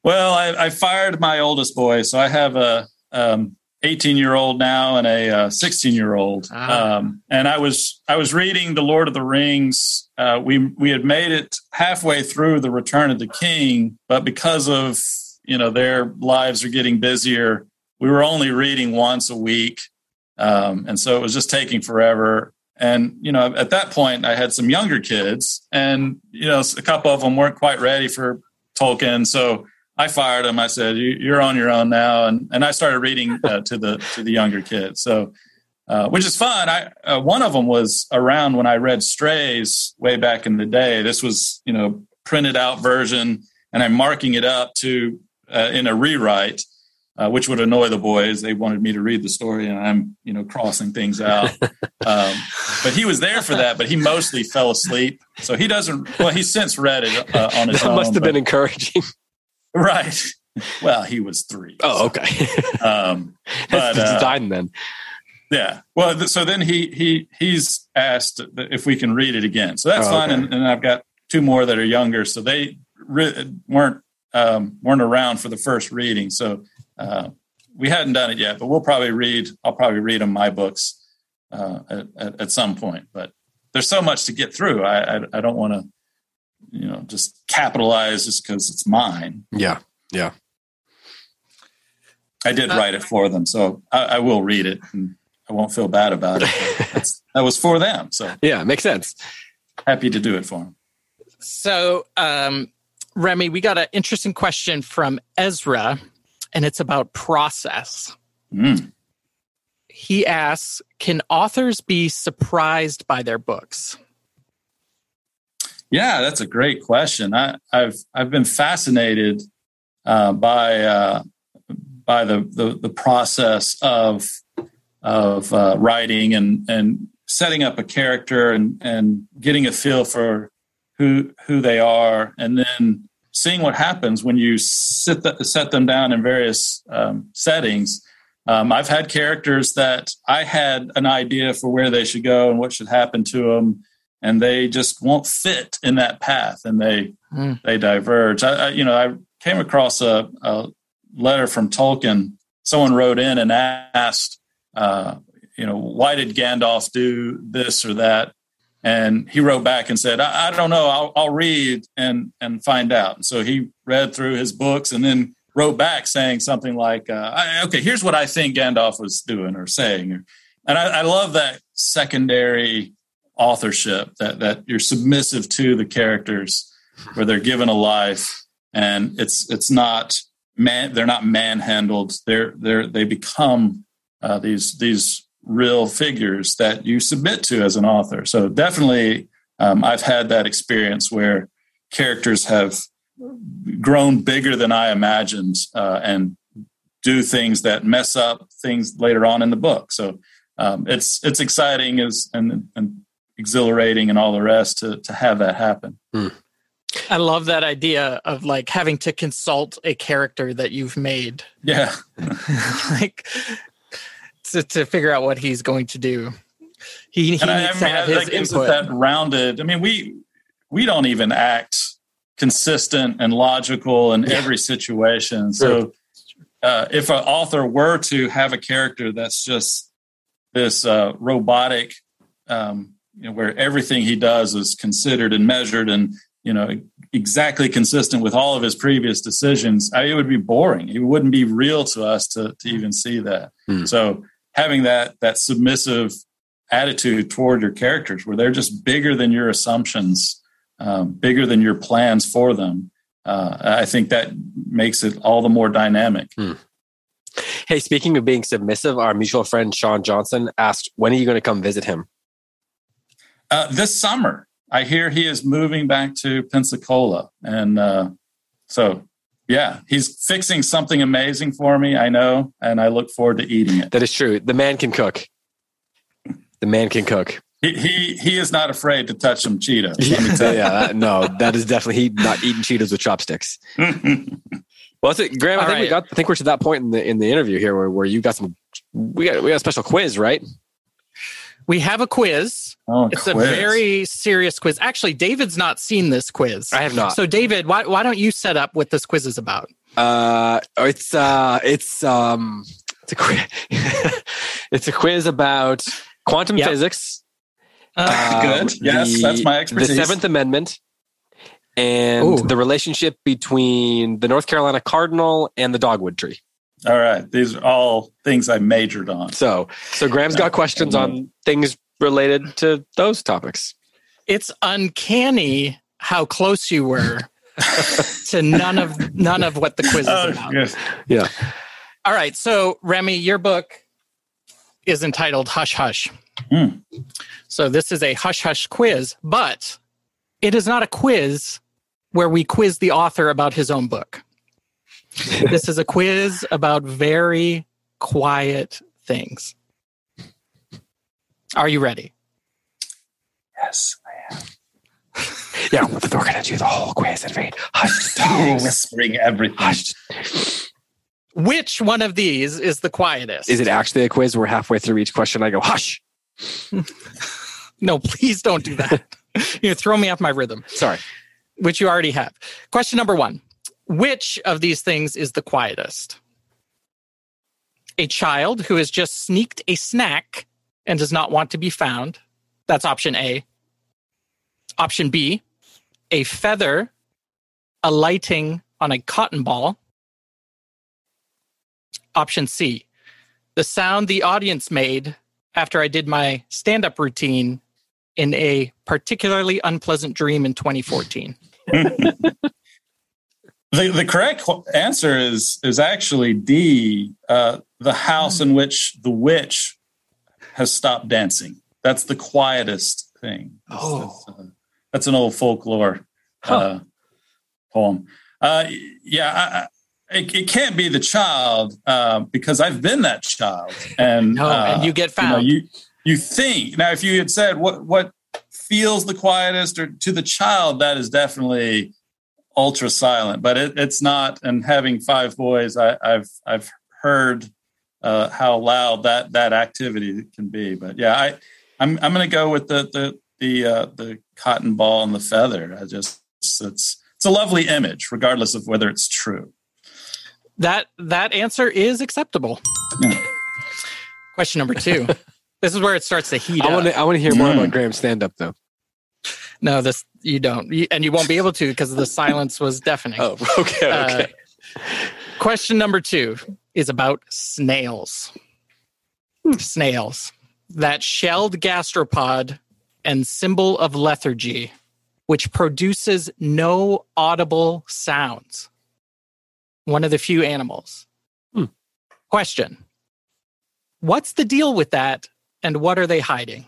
Speaker 3: well i, I fired my oldest boy so i have a um 18 year old now and a uh, 16 year old
Speaker 2: Ah.
Speaker 3: um, and i was i was reading the lord of the rings uh, we we had made it halfway through the return of the king but because of you know their lives are getting busier we were only reading once a week um, and so it was just taking forever and you know at that point i had some younger kids and you know a couple of them weren't quite ready for tolkien so i fired them i said you, you're on your own now and, and i started reading uh, to the to the younger kids so uh, which is fun i uh, one of them was around when i read strays way back in the day this was you know printed out version and i'm marking it up to uh, in a rewrite uh, which would annoy the boys. They wanted me to read the story, and I'm, you know, crossing things out. Um, but he was there for that. But he mostly fell asleep, so he doesn't. Well, he's since read it uh, on his
Speaker 1: that
Speaker 3: own.
Speaker 1: must have
Speaker 3: but-
Speaker 1: been encouraging.
Speaker 3: right. Well, he was three.
Speaker 1: Oh, okay.
Speaker 3: um,
Speaker 1: That's
Speaker 3: but
Speaker 1: the
Speaker 3: uh,
Speaker 1: design then.
Speaker 3: yeah. Well, th- so then he he he's asked th- if we can read it again. So that's
Speaker 1: Oh,
Speaker 3: fine.
Speaker 1: okay.
Speaker 3: And, and I've got two more that are younger, so they re- weren't um, weren't around for the first reading. So uh, we hadn't done it yet, but we'll probably read. I'll probably read them my books uh, at, at, at some point. But there's so much to get through. I I, I don't want to you know just capitalize just because it's mine.
Speaker 1: Yeah.
Speaker 3: I did
Speaker 2: Uh,
Speaker 3: write it for them, so I, I will read it. and I won't feel bad about it. That's, that was for them, so
Speaker 1: Yeah. Makes sense.
Speaker 3: happy to do it for them.
Speaker 2: So, um, Remy, we got an interesting question from Ezra. and it's about process.
Speaker 3: Mm.
Speaker 2: He asks Can authors be surprised by their books?
Speaker 3: Yeah, that's a great question. I, have I've been fascinated uh, by uh, by the, the, the process of of uh, writing and and setting up a character and and getting a feel for who who they are, and then seeing what happens when you sit the, set them down in various um, settings. Um, I've had characters that I had an idea for where they should go and what should happen to them, and they just won't fit in that path, and they
Speaker 2: Mm.
Speaker 3: they diverge. I, I you know I came across a, a letter from Tolkien. Someone wrote in and asked, uh, you know, why did Gandalf do this or that? And he wrote back and said, I, I don't know. I'll, I'll read and and find out. And so he read through his books and then wrote back saying something like, uh, I, "Okay, here's what I think Gandalf was doing or saying." And I, I love that secondary authorship that that you're submissive to the characters where they're given a life and it's it's not man they're not manhandled they're they're they become uh, these these real figures that you submit to as an author so definitely um, i've had that experience where characters have grown bigger than i imagined uh, and do things that mess up things later on in the book so um, it's it's exciting as and, and exhilarating and all the rest to to have that happen
Speaker 2: I love that idea of like having to consult a character that you've made,
Speaker 3: yeah
Speaker 2: like to, to figure out what he's going to do. He, he needs
Speaker 3: and I, I
Speaker 2: to
Speaker 3: mean,
Speaker 2: have
Speaker 3: that
Speaker 2: his
Speaker 3: gives
Speaker 2: input.
Speaker 3: it that rounded. I mean, we we don't even act consistent and logical in every situation. So, uh, if an author were to have a character that's just this uh, robotic, um, you know, where everything he does is considered and measured, and you know exactly consistent with all of his previous decisions, I, it would be boring. It wouldn't be real to us to to even see that.
Speaker 1: Hmm.
Speaker 3: So, having that that submissive attitude toward your characters where they're just bigger than your assumptions um, bigger than your plans for them uh, i think that makes it all the more dynamic
Speaker 1: Hey, speaking of being submissive, our mutual friend Sean Johnson asked, "When are you going to come visit him?"
Speaker 3: uh, this summer i hear he is moving back to pensacola and uh, so yeah he's fixing something amazing for me i know and i look forward to eating it
Speaker 1: That is true. The man can cook. The man can cook.
Speaker 3: he he, he is not afraid to touch some cheetos
Speaker 1: yeah, that- no, that is definitely he not eating Cheetos with chopsticks. Well, that's it, Graham. I
Speaker 2: All
Speaker 1: think we
Speaker 2: right.
Speaker 1: got. I think we're to that point in the in the interview here where, where you got some. We got we got a special quiz, right?
Speaker 2: we have a quiz.
Speaker 3: oh,
Speaker 2: It's a
Speaker 3: quiz.
Speaker 2: very serious quiz. Actually, David's not seen this quiz.
Speaker 1: I have not.
Speaker 2: So, David, why, why don't you set up what this quiz is about?
Speaker 1: Uh, it's uh, it's um, it's a quiz. it's a quiz about quantum
Speaker 2: Yep.
Speaker 1: physics. um,
Speaker 2: Uh,
Speaker 3: Good. Yes, that's my expertise.
Speaker 1: The Seventh Amendment and
Speaker 2: Ooh.
Speaker 1: the relationship between the North Carolina cardinal and the dogwood tree.
Speaker 3: all right these are all things i majored on
Speaker 1: So, so Graham's got questions on things related to those topics.
Speaker 2: it's uncanny how close you were to none of none of what the quiz is about.
Speaker 3: Oh, yes.
Speaker 1: Yeah.
Speaker 2: All right, so Remy, your book is entitled Hush Hush.
Speaker 3: Hmm.
Speaker 2: So this is a hush hush quiz, but it is not a quiz where we quiz the author about his own book. this is a quiz about very quiet things. Are you ready?
Speaker 3: Yes.
Speaker 1: Yeah. We're going to do the whole quiz and read. Hush.
Speaker 3: whispering everything.
Speaker 2: Which one of these is the quietest?
Speaker 1: Is it actually a quiz where halfway through each question I go, hush?
Speaker 2: No, please don't do that. you throw me off my rhythm,
Speaker 1: Sorry.
Speaker 2: which you already have. Question number one Which of these things is the quietest? A child who has just sneaked a snack and does not want to be found. That's option A. Option B, a feather alighting on a cotton ball. Option C, the sound the audience made after I did my stand up routine in a particularly unpleasant dream in 2014.
Speaker 3: The, the correct answer is is actually D, uh, the house in which the witch has stopped dancing. That's the quietest thing. That's,
Speaker 2: Oh.
Speaker 3: that's, uh, that's an old folklore uh, poem. Uh, yeah, I, I, it, it can't be the child uh, because I've been that child, and
Speaker 2: No,
Speaker 3: uh,
Speaker 2: and you get
Speaker 3: you know,
Speaker 2: found.
Speaker 3: you you think now if you had said what what feels the quietest or to the child that is definitely ultra silent but it, it's not and having five boys I, i've i've heard uh, how loud that that activity can be but yeah i i'm, I'm gonna go with the the the uh, the cotton ball and the feather i just it's it's a lovely image regardless of whether it's true
Speaker 2: That that answer is acceptable.
Speaker 3: Yeah.
Speaker 2: Question number two. this is where it starts to heat
Speaker 1: I
Speaker 2: up.
Speaker 1: want to I want to hear more
Speaker 3: Mm.
Speaker 1: about Graham's stand up though.
Speaker 2: No, this you don't, you, and you won't be able to because the silence was deafening.
Speaker 1: Oh, okay, okay.
Speaker 2: Uh, question number two is about snails. Hmm. Snails, that shelled gastropod and symbol of lethargy, which produces no audible sounds. One of the few animals.
Speaker 1: Hmm.
Speaker 2: Question What's the deal with that, and what are they hiding?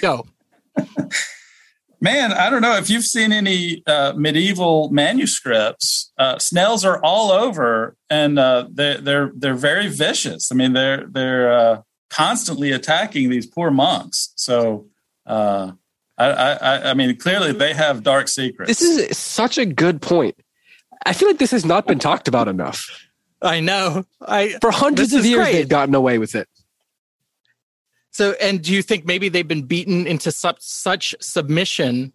Speaker 2: Go.
Speaker 3: Man, I don't know if you've seen any uh, medieval manuscripts. Uh, snails are all over, and uh, they're they're they're very vicious. I mean, they're they're uh, constantly attacking these poor monks. So, uh, I, I I- I mean, clearly they have dark secrets.
Speaker 1: This is such a good point. I feel like this has not been talked about enough.
Speaker 2: I know. I
Speaker 1: For hundreds
Speaker 2: This
Speaker 1: of
Speaker 2: is
Speaker 1: years,
Speaker 2: great.
Speaker 1: they've gotten away with it.
Speaker 2: So, and do you think maybe they've been beaten into such such submission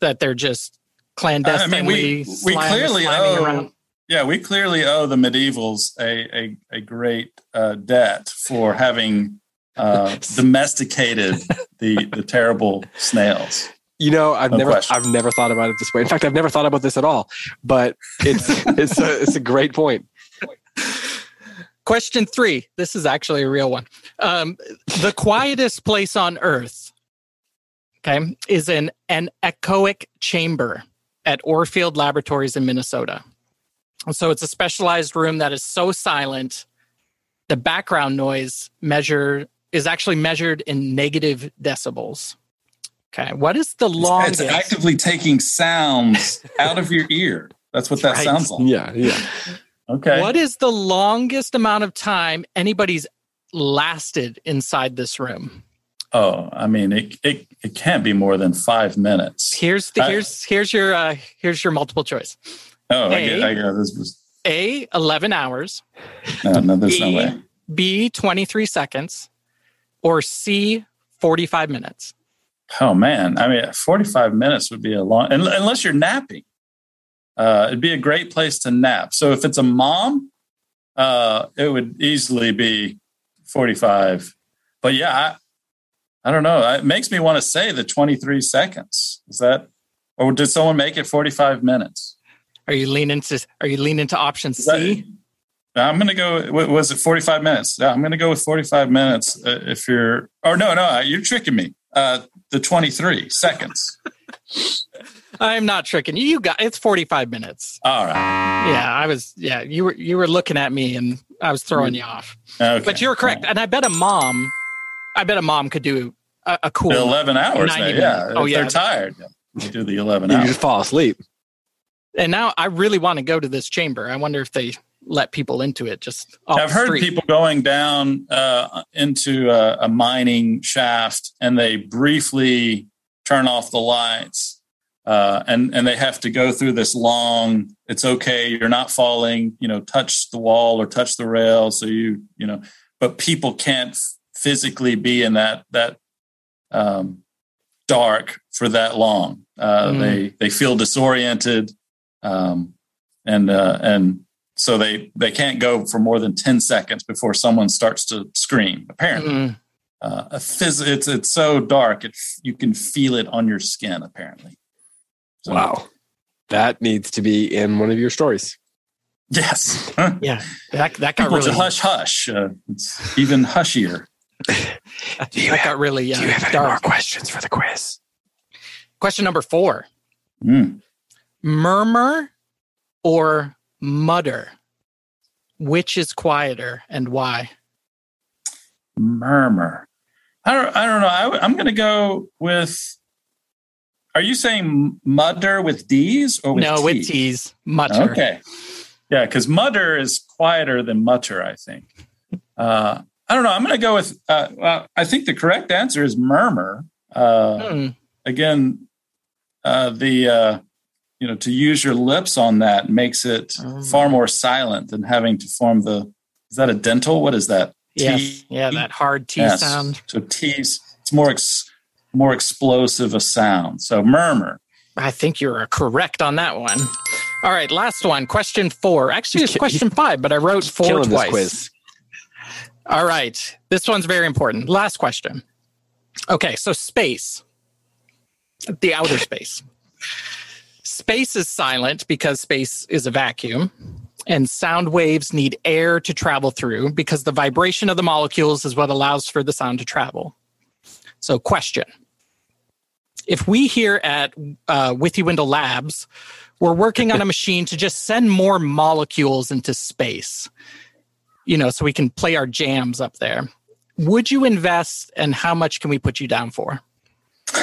Speaker 2: that they're just
Speaker 3: I
Speaker 2: clandestinely
Speaker 3: mean, we we
Speaker 2: slime-
Speaker 3: clearly
Speaker 2: sliming
Speaker 3: owe
Speaker 2: around?
Speaker 3: yeah we clearly owe the medievals a a, a great uh, debt for having uh, domesticated the the terrible snails.
Speaker 1: You know, I've
Speaker 3: No
Speaker 1: never
Speaker 3: question.
Speaker 1: I've never thought about it this way. In fact, I've never thought about this at all. But it's it's a, it's a great point.
Speaker 2: Question three. This is actually a real one. Um, the quietest place on Earth, okay, is in an echoic chamber at Orfield Laboratories in Minnesota. And So it's a specialized room that is so silent, the background noise measure is actually measured in negative decibels. Okay, what is the longest?
Speaker 3: It's actively taking sounds out of your ear. That's what that
Speaker 2: Right.
Speaker 3: sounds like.
Speaker 1: Yeah, yeah.
Speaker 3: Okay.
Speaker 2: What is the longest amount of time anybody's lasted inside this room?
Speaker 3: Oh, I mean, it, it it can't be more than five minutes.
Speaker 2: Here's the
Speaker 3: Uh,
Speaker 2: here's here's your uh, here's your multiple choice.
Speaker 3: Oh, I
Speaker 2: Hey.
Speaker 3: get, I get this was
Speaker 2: A eleven hours,
Speaker 3: no, no, there's no
Speaker 2: B,
Speaker 3: way.
Speaker 2: B twenty three seconds, or C forty five minutes.
Speaker 3: Oh man, I mean, 45 minutes would be a long un- unless you're napping. Uh, it'd be a great place to nap. So if it's a mom, uh, it would easily be 45. But yeah, I, I don't know. It makes me want to say the 23 seconds. Is that, or did someone make it 45 minutes?
Speaker 2: Are you leaning to Are you leaning to option
Speaker 3: Is that-
Speaker 2: C?
Speaker 3: I'm going to go. wa- Was it 45 minutes? Yeah, I'm going to go with 45 minutes. Uh, if you're, oh no, no, you're tricking me. Uh, the 23 seconds.
Speaker 2: I'm not tricking you. You got it's forty five minutes.
Speaker 3: All right.
Speaker 2: Yeah, I was. Yeah, you were you were looking at me and I was throwing you off.
Speaker 3: Okay.
Speaker 2: But you're correct, and I bet a mom, I bet a mom could do a, a cool.
Speaker 3: The 11 hours.
Speaker 2: 90
Speaker 3: now,
Speaker 2: minutes.
Speaker 3: yeah.
Speaker 2: Oh,
Speaker 3: if
Speaker 2: yeah.
Speaker 3: They're tired. They do the 11
Speaker 1: You
Speaker 3: hours.
Speaker 1: just fall
Speaker 3: uh,
Speaker 1: asleep.
Speaker 2: And now I really want to go to this chamber. I wonder if they let people into it. Just off
Speaker 3: I've
Speaker 2: the
Speaker 3: heard
Speaker 2: street.
Speaker 3: people going down uh, into a, a mining shaft and they briefly turn off the lights uh, and, and they have to go through this long, it's okay, you're not falling, you know, touch the wall or touch the rail. So you, you know, but people can't physically be in that, that um, dark for that long. Uh,
Speaker 2: Mm.
Speaker 3: They, they feel disoriented. Um, and, uh, and, so they they can't go for more than 10 seconds before someone starts to scream apparently
Speaker 2: Mm.
Speaker 3: uh, a phys- it's it's so dark it, you can feel it on your skin apparently So-
Speaker 1: Wow. That needs to be in one of your stories.
Speaker 3: yes
Speaker 2: Yeah, that that got
Speaker 3: People
Speaker 2: really
Speaker 3: just hush hush uh, it's even hushier
Speaker 1: Do you
Speaker 2: that got really uh, dark.
Speaker 1: questions for the quiz?
Speaker 2: Question number four:
Speaker 3: Mm.
Speaker 2: murmur or mutter? Which is quieter and why?
Speaker 3: Murmur. I don't. I don't know. I, am going to go with. Are you saying mutter with D's or Oh, with
Speaker 2: no,
Speaker 3: T's?
Speaker 2: with T's, mutter.
Speaker 3: Okay. Yeah, because mutter is quieter than mutter. I think. Uh, I don't know. I'm going to go with. Uh, well, I think the correct answer is murmur. Uh,
Speaker 2: Hmm.
Speaker 3: Again, uh, the uh, you know to use your lips on that makes it
Speaker 2: Oh.
Speaker 3: far more silent than having to form the. Is that a dental? What is that?
Speaker 2: Yes. Yeah, that hard T
Speaker 3: Yes.
Speaker 2: sound.
Speaker 3: So T's. It's more ex, more explosive a sound. So murmur.
Speaker 2: I think you're correct on that one. All right, last one. Question four. Actually, it's question five, but I wrote four
Speaker 1: Killing
Speaker 2: twice.
Speaker 1: this quiz.
Speaker 2: All right. This one's very important. Last question. Okay, so space, the outer space. Space is silent because space is a vacuum, and sound waves need air to travel through because the vibration of the molecules is what allows for the sound to travel. So, question If we here at uh, Withy Window Labs, we're working on a machine to just send more molecules into space you know, so we can play our jams up there. Would you invest and how much can we put you down for?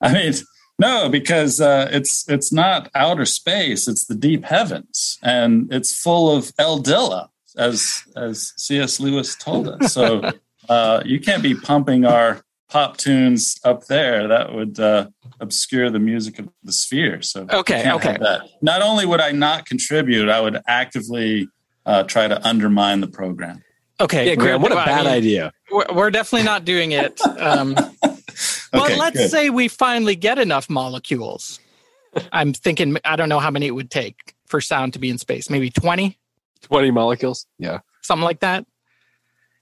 Speaker 3: I mean, no, because uh, it's it's not outer space; it's the deep heavens, and it's full of Eldilla, as as C.S. Lewis told us. So uh, you can't be pumping our pop tunes up there; that would uh, obscure the music of the sphere. So you
Speaker 2: Okay,
Speaker 3: can't
Speaker 2: okay.
Speaker 3: have that. Not only would I not contribute, I would actively uh, try to undermine the program.
Speaker 2: Okay.
Speaker 1: Yeah, Graham, what a
Speaker 2: we're- I
Speaker 1: bad
Speaker 2: mean,
Speaker 1: idea.
Speaker 2: We're, we're definitely not doing it. Um, but
Speaker 3: Okay,
Speaker 2: let's
Speaker 3: good.
Speaker 2: say we finally get enough molecules. I'm thinking, I don't know how many it would take for sound to be in space, maybe 20,
Speaker 1: 20 molecules. Yeah.
Speaker 2: something like that.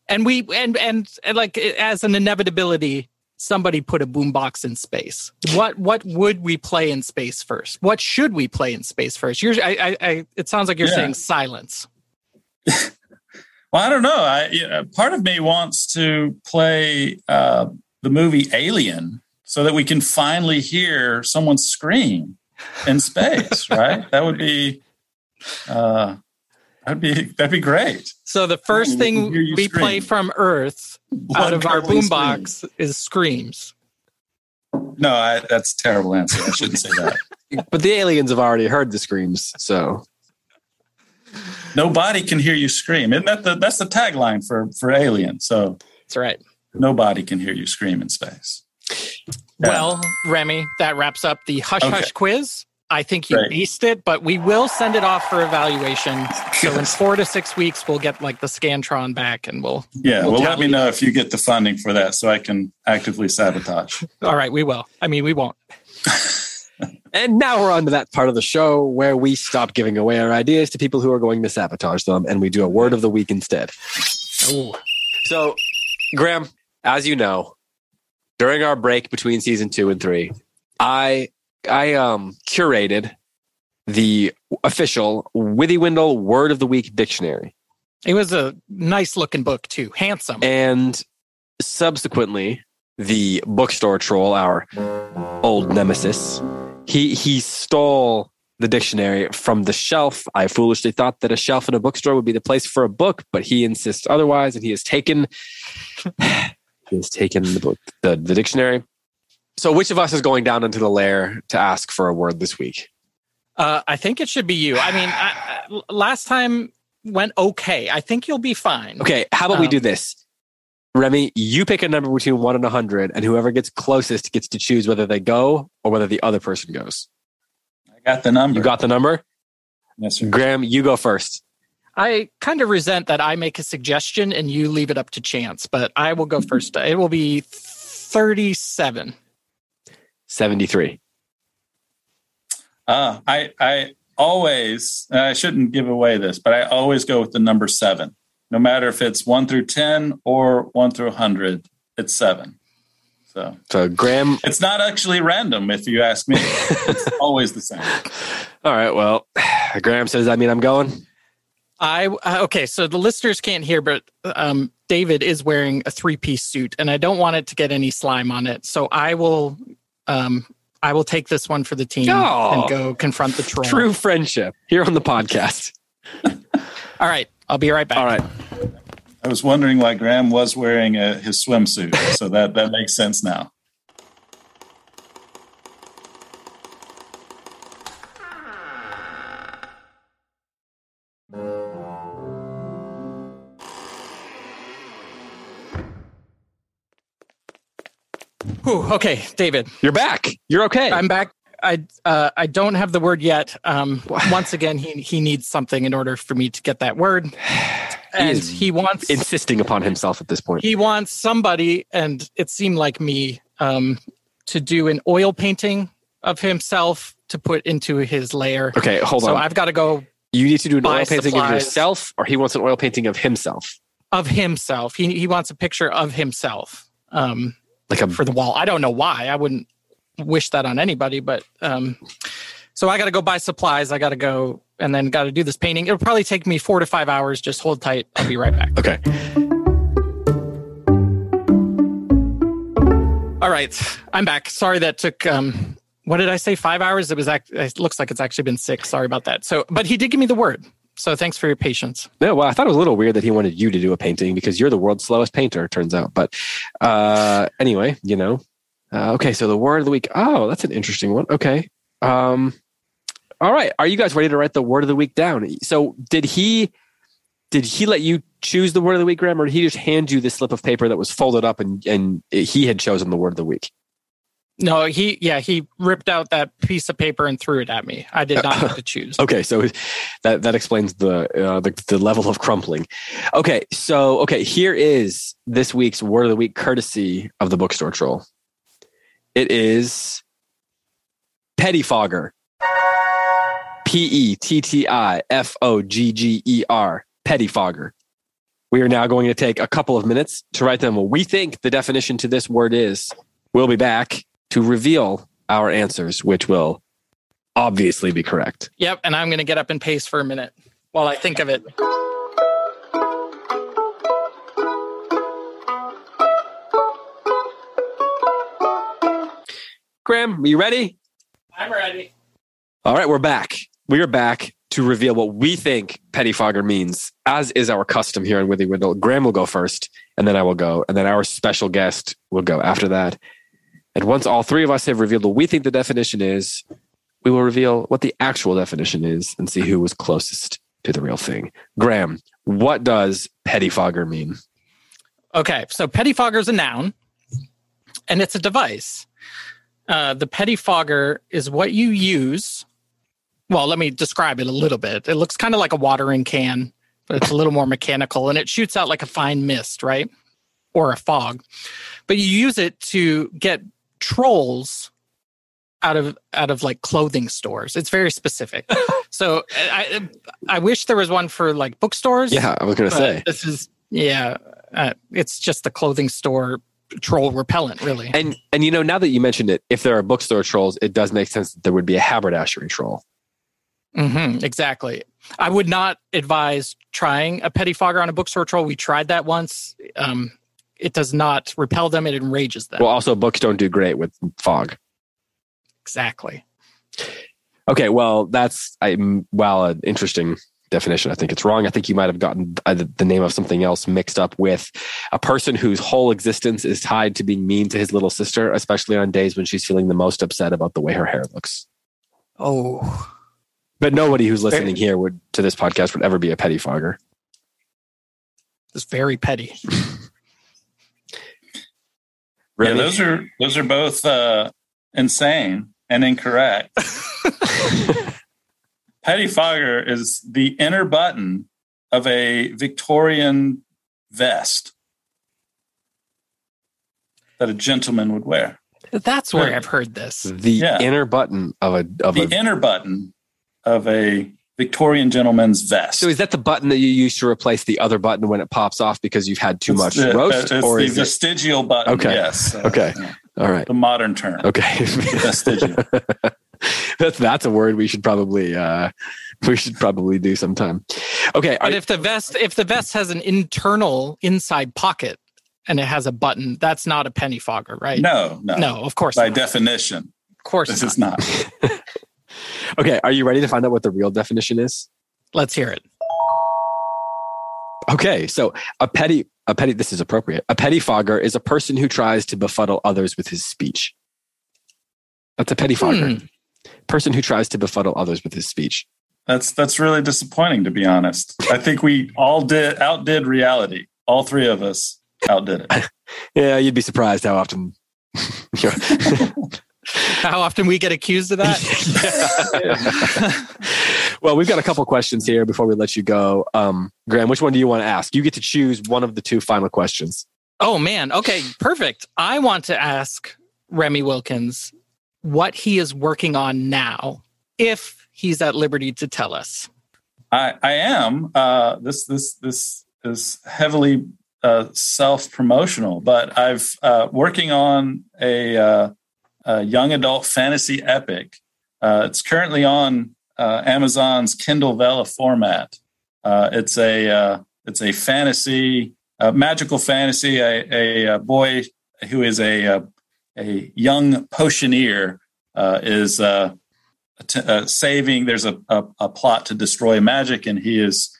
Speaker 2: And we, and, and, and like as an inevitability, somebody put a boombox in space. What, what would we play in space first? What should we play in space first? You're, I, I, I it sounds like you're
Speaker 3: Yeah.
Speaker 2: saying silence.
Speaker 3: Well, I don't know. I, you know, part of me wants to play uh, the movie Alien so that we can finally hear someone scream in space. right? That would be. Uh, that'd be that'd be great.
Speaker 2: So the first
Speaker 3: we
Speaker 2: thing
Speaker 3: can hear you
Speaker 2: we play
Speaker 3: scream.
Speaker 2: from Earth out of our
Speaker 3: Blood-curdling
Speaker 2: boombox is screams.
Speaker 3: scream. No, I, that's a terrible answer. I shouldn't say that.
Speaker 1: But the aliens have already heard the screams. So
Speaker 3: Nobody can hear you scream. Isn't that the that's the tagline for for Alien? So
Speaker 2: That's right.
Speaker 3: nobody can hear you scream in space. Yeah.
Speaker 2: Well, Remy, that wraps up the hush
Speaker 3: Okay.
Speaker 2: hush quiz. I think you
Speaker 3: Great.
Speaker 2: aced it, but we will send it off for evaluation. So in four to six weeks, we'll get like the Scantron back, and we'll.
Speaker 3: Yeah,
Speaker 2: We'll
Speaker 3: well, let
Speaker 2: tally
Speaker 3: me know if you get the funding for that so I can actively sabotage.
Speaker 2: All right, we will. I mean, we won't.
Speaker 1: And now we're on to that part of the show where we stop giving away our ideas to people who are going to sabotage them and we do a word of the week instead.
Speaker 2: Ooh.
Speaker 1: So, Graham, as you know, during our break between season 2 and 3, I I um curated the official Withy Windle Word of the Week dictionary.
Speaker 2: It was a nice looking book too, handsome.
Speaker 1: And subsequently, the bookstore troll, our old nemesis, he he stole the dictionary from the shelf. I foolishly thought that a shelf in a bookstore would be the place for a book, but he insists otherwise, and he has taken he has taken the book the, the dictionary. So which of us is going down into the lair to ask for a word this week?
Speaker 2: Uh, I think it should be you. I mean, I, I- last time went okay. I think you'll be fine.
Speaker 1: Okay, how about we
Speaker 2: Um,
Speaker 1: do this? Remy, you pick a number between one and 100, and whoever gets closest gets to choose whether they go or whether the other person goes.
Speaker 3: I got the number.
Speaker 1: You got the number?
Speaker 3: yes, sir.
Speaker 1: Graham, you go first.
Speaker 2: I kind of resent that I make a suggestion and you leave it up to chance, but I will go first. It will be 37.
Speaker 1: 73.
Speaker 3: Uh, I I always and I shouldn't give away this, but I always go with the number seven, no matter if it's one through ten or one through hundred. It's seven. So
Speaker 1: So, Graham,
Speaker 3: it's not actually random, if you ask me. it's always the same.
Speaker 1: all right, well, Graham says, I mean, I'm going.
Speaker 2: I uh, okay, so the listeners can't hear, but um, David is wearing a three piece suit, and I don't want it to get any slime on it. So I will, um, I will take this one for the team
Speaker 1: Oh.
Speaker 2: and go confront the troll.
Speaker 1: True friendship here on the podcast.
Speaker 2: All right. I'll be right back.
Speaker 1: All right.
Speaker 3: I was wondering why Graham was wearing uh his swimsuit, so that that makes sense now.
Speaker 2: Whew, okay, David.
Speaker 1: You're back. You're okay.
Speaker 2: I'm back. I uh, I don't have the word yet. Um, once again, he he needs something in order for me to get that word, and
Speaker 1: is
Speaker 2: he wants
Speaker 1: insisting upon himself at this point.
Speaker 2: he wants somebody, and it seemed like me, um, to do an oil painting of himself to put into his lair.
Speaker 1: Okay, hold
Speaker 2: so
Speaker 1: on.
Speaker 2: I've got to go
Speaker 1: you need to do an
Speaker 2: buy
Speaker 1: oil painting
Speaker 2: supplies.
Speaker 1: of yourself, or he wants an oil painting of himself,
Speaker 2: of himself. He he wants a picture of himself um,
Speaker 1: like a
Speaker 2: for the wall. I don't know why. I wouldn't wish that on anybody, but um, so I got to go buy supplies. I got to go and then got to do this painting. It'll probably take me four to five hours. Just hold tight. I'll be right back.
Speaker 1: okay.
Speaker 2: All right, I'm back. Sorry that took. Um, what did I say? Five hours. It was. Act- it looks like it's actually been six. Sorry about that. So, but he did give me the word. So thanks for your patience.
Speaker 1: No, well, I thought it was a little weird that he wanted you to do a painting because you're the world's slowest painter, it turns out. But uh, anyway, you know. Uh, okay, so the word of the week. Oh, that's an interesting one. Okay. Um, all right. Are you guys ready to write the word of the week down? So did he did he let you choose the word of the week, Graham, or did he just hand you this slip of paper that was folded up and and he had chosen the word of the week?
Speaker 2: No, he. Yeah, he ripped out that piece of paper and threw it at me. I did not have to choose.
Speaker 1: Okay, so that that explains the, uh, the the level of crumpling. Okay, so okay, here is this week's word of the week, courtesy of the bookstore troll. It is pettifogger. P e t t i f o g g e r pettifogger. We are now going to take a couple of minutes to write down what we think the definition to this word is. We'll be back to reveal our answers, which will obviously be correct.
Speaker 2: Yep, and I'm going to get up and pace for a minute while I think of it.
Speaker 1: Graham, are you ready?
Speaker 2: I'm ready.
Speaker 1: All right, we're back. We are back to reveal what we think pettifogger means, as is our custom here on Withy Windle. Graham will go first, and then I will go, and then our special guest will go after that. And once all three of us have revealed what we think the definition is, we will reveal what the actual definition is and see who was closest to the real thing. Graham, what does pettifogger mean?
Speaker 2: Okay, so pettifogger is a noun, and it's a device. Uh, the pettifogger is what you use. Well, let me describe it a little bit. It looks kind of like a watering can, but it's a little more mechanical, and it shoots out like a fine mist, right, or a fog. But you use it to get trolls out of out of like clothing stores. It's very specific. so I I I wish there was one for like bookstores.
Speaker 1: Yeah, I was going to
Speaker 2: But
Speaker 1: say.
Speaker 2: This is yeah. Uh, it's just the clothing store troll repellent, really.
Speaker 1: And and you know, now that you mentioned it, if there are bookstore trolls, it does make sense that there would be a haberdashery troll.
Speaker 2: hmm exactly. I would not advise trying a pettifogger on a bookstore troll. We tried that once. Um, it does not repel them; it enrages them.
Speaker 1: Well, also books don't do great with fog.
Speaker 2: exactly.
Speaker 1: Okay, well that's I well an interesting definition. I think it's wrong. I think you might have gotten uh, the the name of something else mixed up with a person whose whole existence is tied to being mean to his little sister, especially on days when she's feeling the most upset about the way her hair looks.
Speaker 2: Oh,
Speaker 1: But nobody who's listening here would to this podcast would ever be a pettifogger.
Speaker 2: it's very petty.
Speaker 3: Yeah, those are those are both uh, insane and incorrect. Pettifogger is the inner button of a Victorian vest that a gentleman would wear.
Speaker 2: That's where I've heard this.
Speaker 1: the
Speaker 3: Yeah.
Speaker 1: inner button of a of
Speaker 3: The
Speaker 1: a
Speaker 3: inner button of a Victorian gentleman's vest.
Speaker 1: so is that the button that you use to replace the other button when it pops off because you've had too
Speaker 3: It's
Speaker 1: much
Speaker 3: the- uh,
Speaker 1: roast?
Speaker 3: It's
Speaker 1: Or
Speaker 3: the
Speaker 1: is it,
Speaker 3: vestigial button.
Speaker 1: Okay.
Speaker 3: Yes.
Speaker 1: Okay.
Speaker 3: Yeah.
Speaker 1: all right.
Speaker 3: The modern term.
Speaker 1: Okay.
Speaker 3: Vestigial.
Speaker 1: that's that's a word we should probably uh we should probably do sometime. Okay, are,
Speaker 2: But if the vest, if the vest has an internal inside pocket and it has a button, that's not a penny fogger, right?
Speaker 3: No, no.
Speaker 2: no, of course
Speaker 3: By
Speaker 2: not.
Speaker 3: definition.
Speaker 4: course
Speaker 3: This
Speaker 4: not.
Speaker 3: is not.
Speaker 1: Okay, are you ready to find out what the real definition is?
Speaker 4: Let's hear it.
Speaker 1: Okay, so a petty a petty this is appropriate. A pettifogger is a person who tries to befuddle others with his speech. That's a pettifogger. Person who tries to befuddle others with his speech.
Speaker 3: That's that's really disappointing to be honest. I think we all did outdid reality. All three of us outdid it.
Speaker 1: Yeah, you'd be surprised how often
Speaker 4: How often we get accused of that?
Speaker 1: well, we've got a couple questions here before we let you go. Um, Graham, which one do you want to ask? You get to choose one of the two final questions.
Speaker 4: Oh man. Okay, perfect. I want to ask Remy Wilkins what he is working on now, if he's at liberty to tell us.
Speaker 3: I, I am. Uh, this this this is heavily uh, self promotional, but I've uh, working on a, uh, a young adult fantasy epic. Uh, it's currently on uh, Amazon's Kindle Vela format. Uh, it's a uh, it's a fantasy, a magical fantasy. A, a, uh boy who is a uh, a young potioneer uh, is. Uh, t- uh, saving. There's a, a a plot to destroy magic, and he is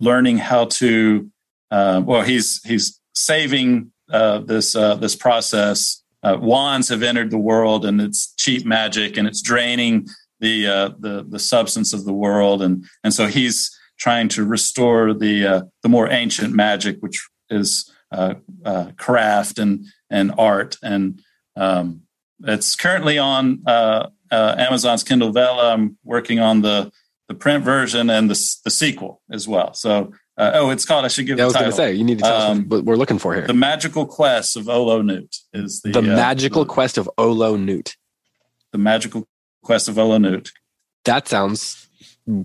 Speaker 3: learning how to. Uh, well, he's he's saving uh, this uh, this process. Uh, wands have entered the world, and it's cheap magic, and it's draining the uh, the the substance of the world, and and so he's trying to restore the uh, the more ancient magic, which is uh, uh, craft and and art, and um, it's currently on uh, uh, Amazon's Kindle Vela. I'm working on the the print version and the s- the sequel as well. So, uh, oh, it's called. I should give
Speaker 1: Yeah, I
Speaker 3: the
Speaker 1: was going
Speaker 3: title.
Speaker 1: to say, you need to tell us
Speaker 3: Um,
Speaker 1: what we're looking for here.
Speaker 3: The
Speaker 1: The,
Speaker 3: Magical Quest of Olo Newt is the uh,
Speaker 1: magical quest of Olo Newt.
Speaker 3: the Magical Quest of Olo Newt.
Speaker 1: That sounds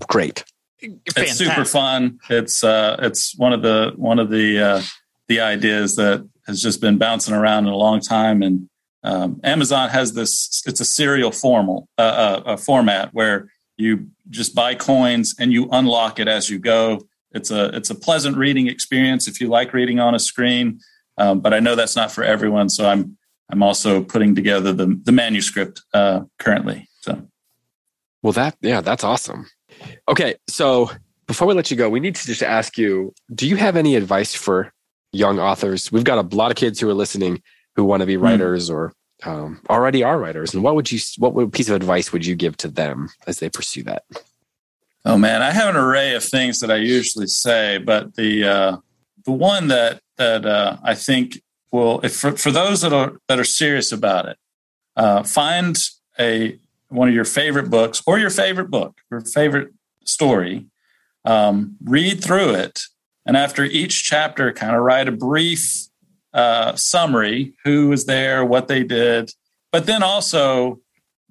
Speaker 1: great.
Speaker 3: It's super fun. It's uh, it's one of the one of the uh, the ideas that has just been bouncing around in a long time. And um, Amazon has this. It's a serial formal uh, uh, uh, format where you just buy coins and you unlock it as you go. It's a it's a pleasant reading experience if you like reading on a screen. Um, but I know that's not for everyone, so I'm I'm also putting together the the manuscript uh, currently. So
Speaker 1: Well, that, yeah, that's awesome. Okay, so before we let you go, we need to just ask you do you have any advice for young authors? We've got a lot of kids who are listening who want to
Speaker 3: Hmm.
Speaker 1: be writers or um, already are writers. And what would you, what would, piece of advice would you give to them as they pursue that?
Speaker 3: Oh man, I have an array of things that I usually say, but the uh, the one that that uh, I think will if for, for those that are that are serious about it, uh, find a one of your favorite books or your favorite book, your favorite story, um, read through it, and after each chapter, kind of write a brief uh, summary: who was there, what they did, but then also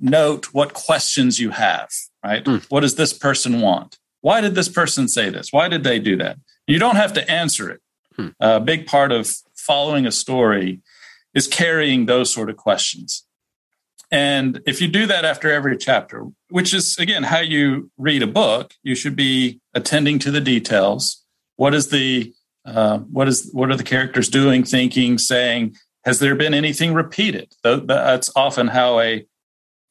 Speaker 3: note what questions you have, right? What does this person want? Why did this person say this? Why did they do that? You don't have to answer it. A big part of following a story is carrying those sort of questions. And if you do that after every chapter, which is again how you read a book, you should be attending to the details. What is the uh, what is what are the characters doing, thinking, saying? Has there been anything repeated? Tho- That's often how a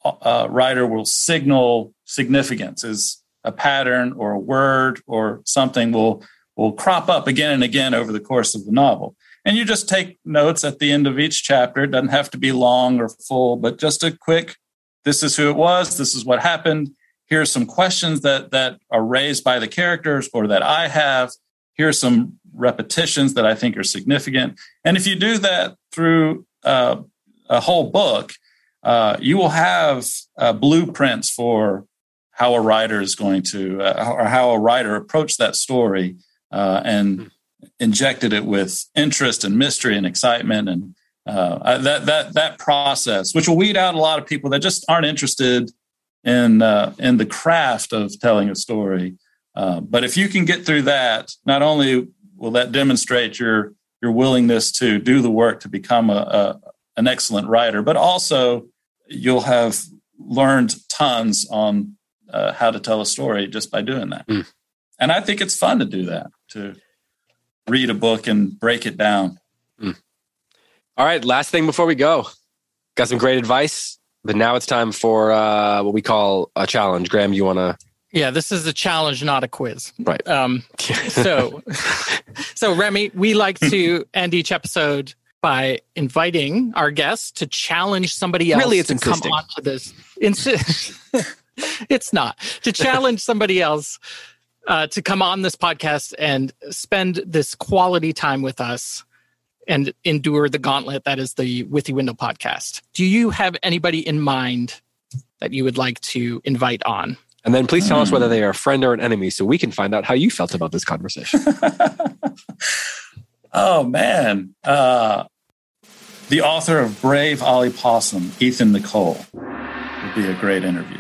Speaker 3: uh, writer will signal significance is a pattern or a word or something will will crop up again and again over the course of the novel and you just take notes at the end of each chapter it doesn't have to be long or full but just a quick this is who it was this is what happened here are some questions that that are raised by the characters or that i have here are some repetitions that i think are significant and if you do that through uh, a whole book uh, you will have uh, blueprints for how a writer is going to uh, or how a writer approached that story uh, and injected it with interest and mystery and excitement and uh, I- that that that process, which will weed out a lot of people that just aren't interested in uh, in the craft of telling a story. Uh, but if you can get through that, not only will that demonstrate your your willingness to do the work to become a, a an excellent writer, but also you'll have learned tons on uh, how to tell a story just by doing that.
Speaker 1: Mm.
Speaker 3: And I think it's fun to do that, to read a book and break it down.
Speaker 1: All right, last thing before we go. Got some great advice. But now it's time for uh, what we call a challenge. Graham, you want to?
Speaker 4: Yeah, this is a challenge, not a quiz.
Speaker 1: Right.
Speaker 4: Um, so, so Remy, we like to end each episode by inviting our guests to challenge somebody else
Speaker 1: Really, it's
Speaker 4: to
Speaker 1: insisting.
Speaker 4: come onto this. Insi- it's not to challenge somebody else uh, to come on this podcast and spend this quality time with us and endure the gauntlet that is the With You Window podcast. Do you have anybody in mind that you would like to invite on?
Speaker 1: And then please tell us whether they are a friend or an enemy, so we can find out how you felt about this conversation.
Speaker 3: Oh man, uh, the author of Brave Ollie Possum, Ethan Nicole, would be a great interview.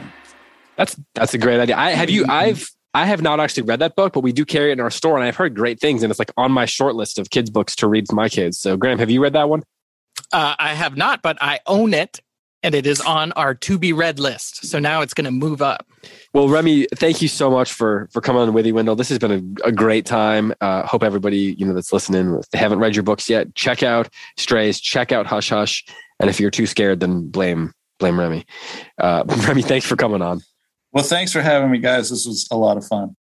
Speaker 1: That's that's a great idea. I have you. I've I have not actually read that book, but we do carry it in our store, and I've heard great things. And it's like on my short list of kids books to read to my kids. So Graham, have you read that one?
Speaker 4: Uh, I have not, but I own it and it is on our to be read list. So now it's going to move up.
Speaker 1: Well, Remy, thank you so much for for coming on Withy Window. This has been a, a great time. Uh, hope everybody you know that's listening, if they haven't read your books yet, check out Strays, check out Hush Hush, and if you're too scared, then blame blame Remy. Uh, Remy, thanks for coming on.
Speaker 3: Well, thanks for having me, guys. This was a lot of fun.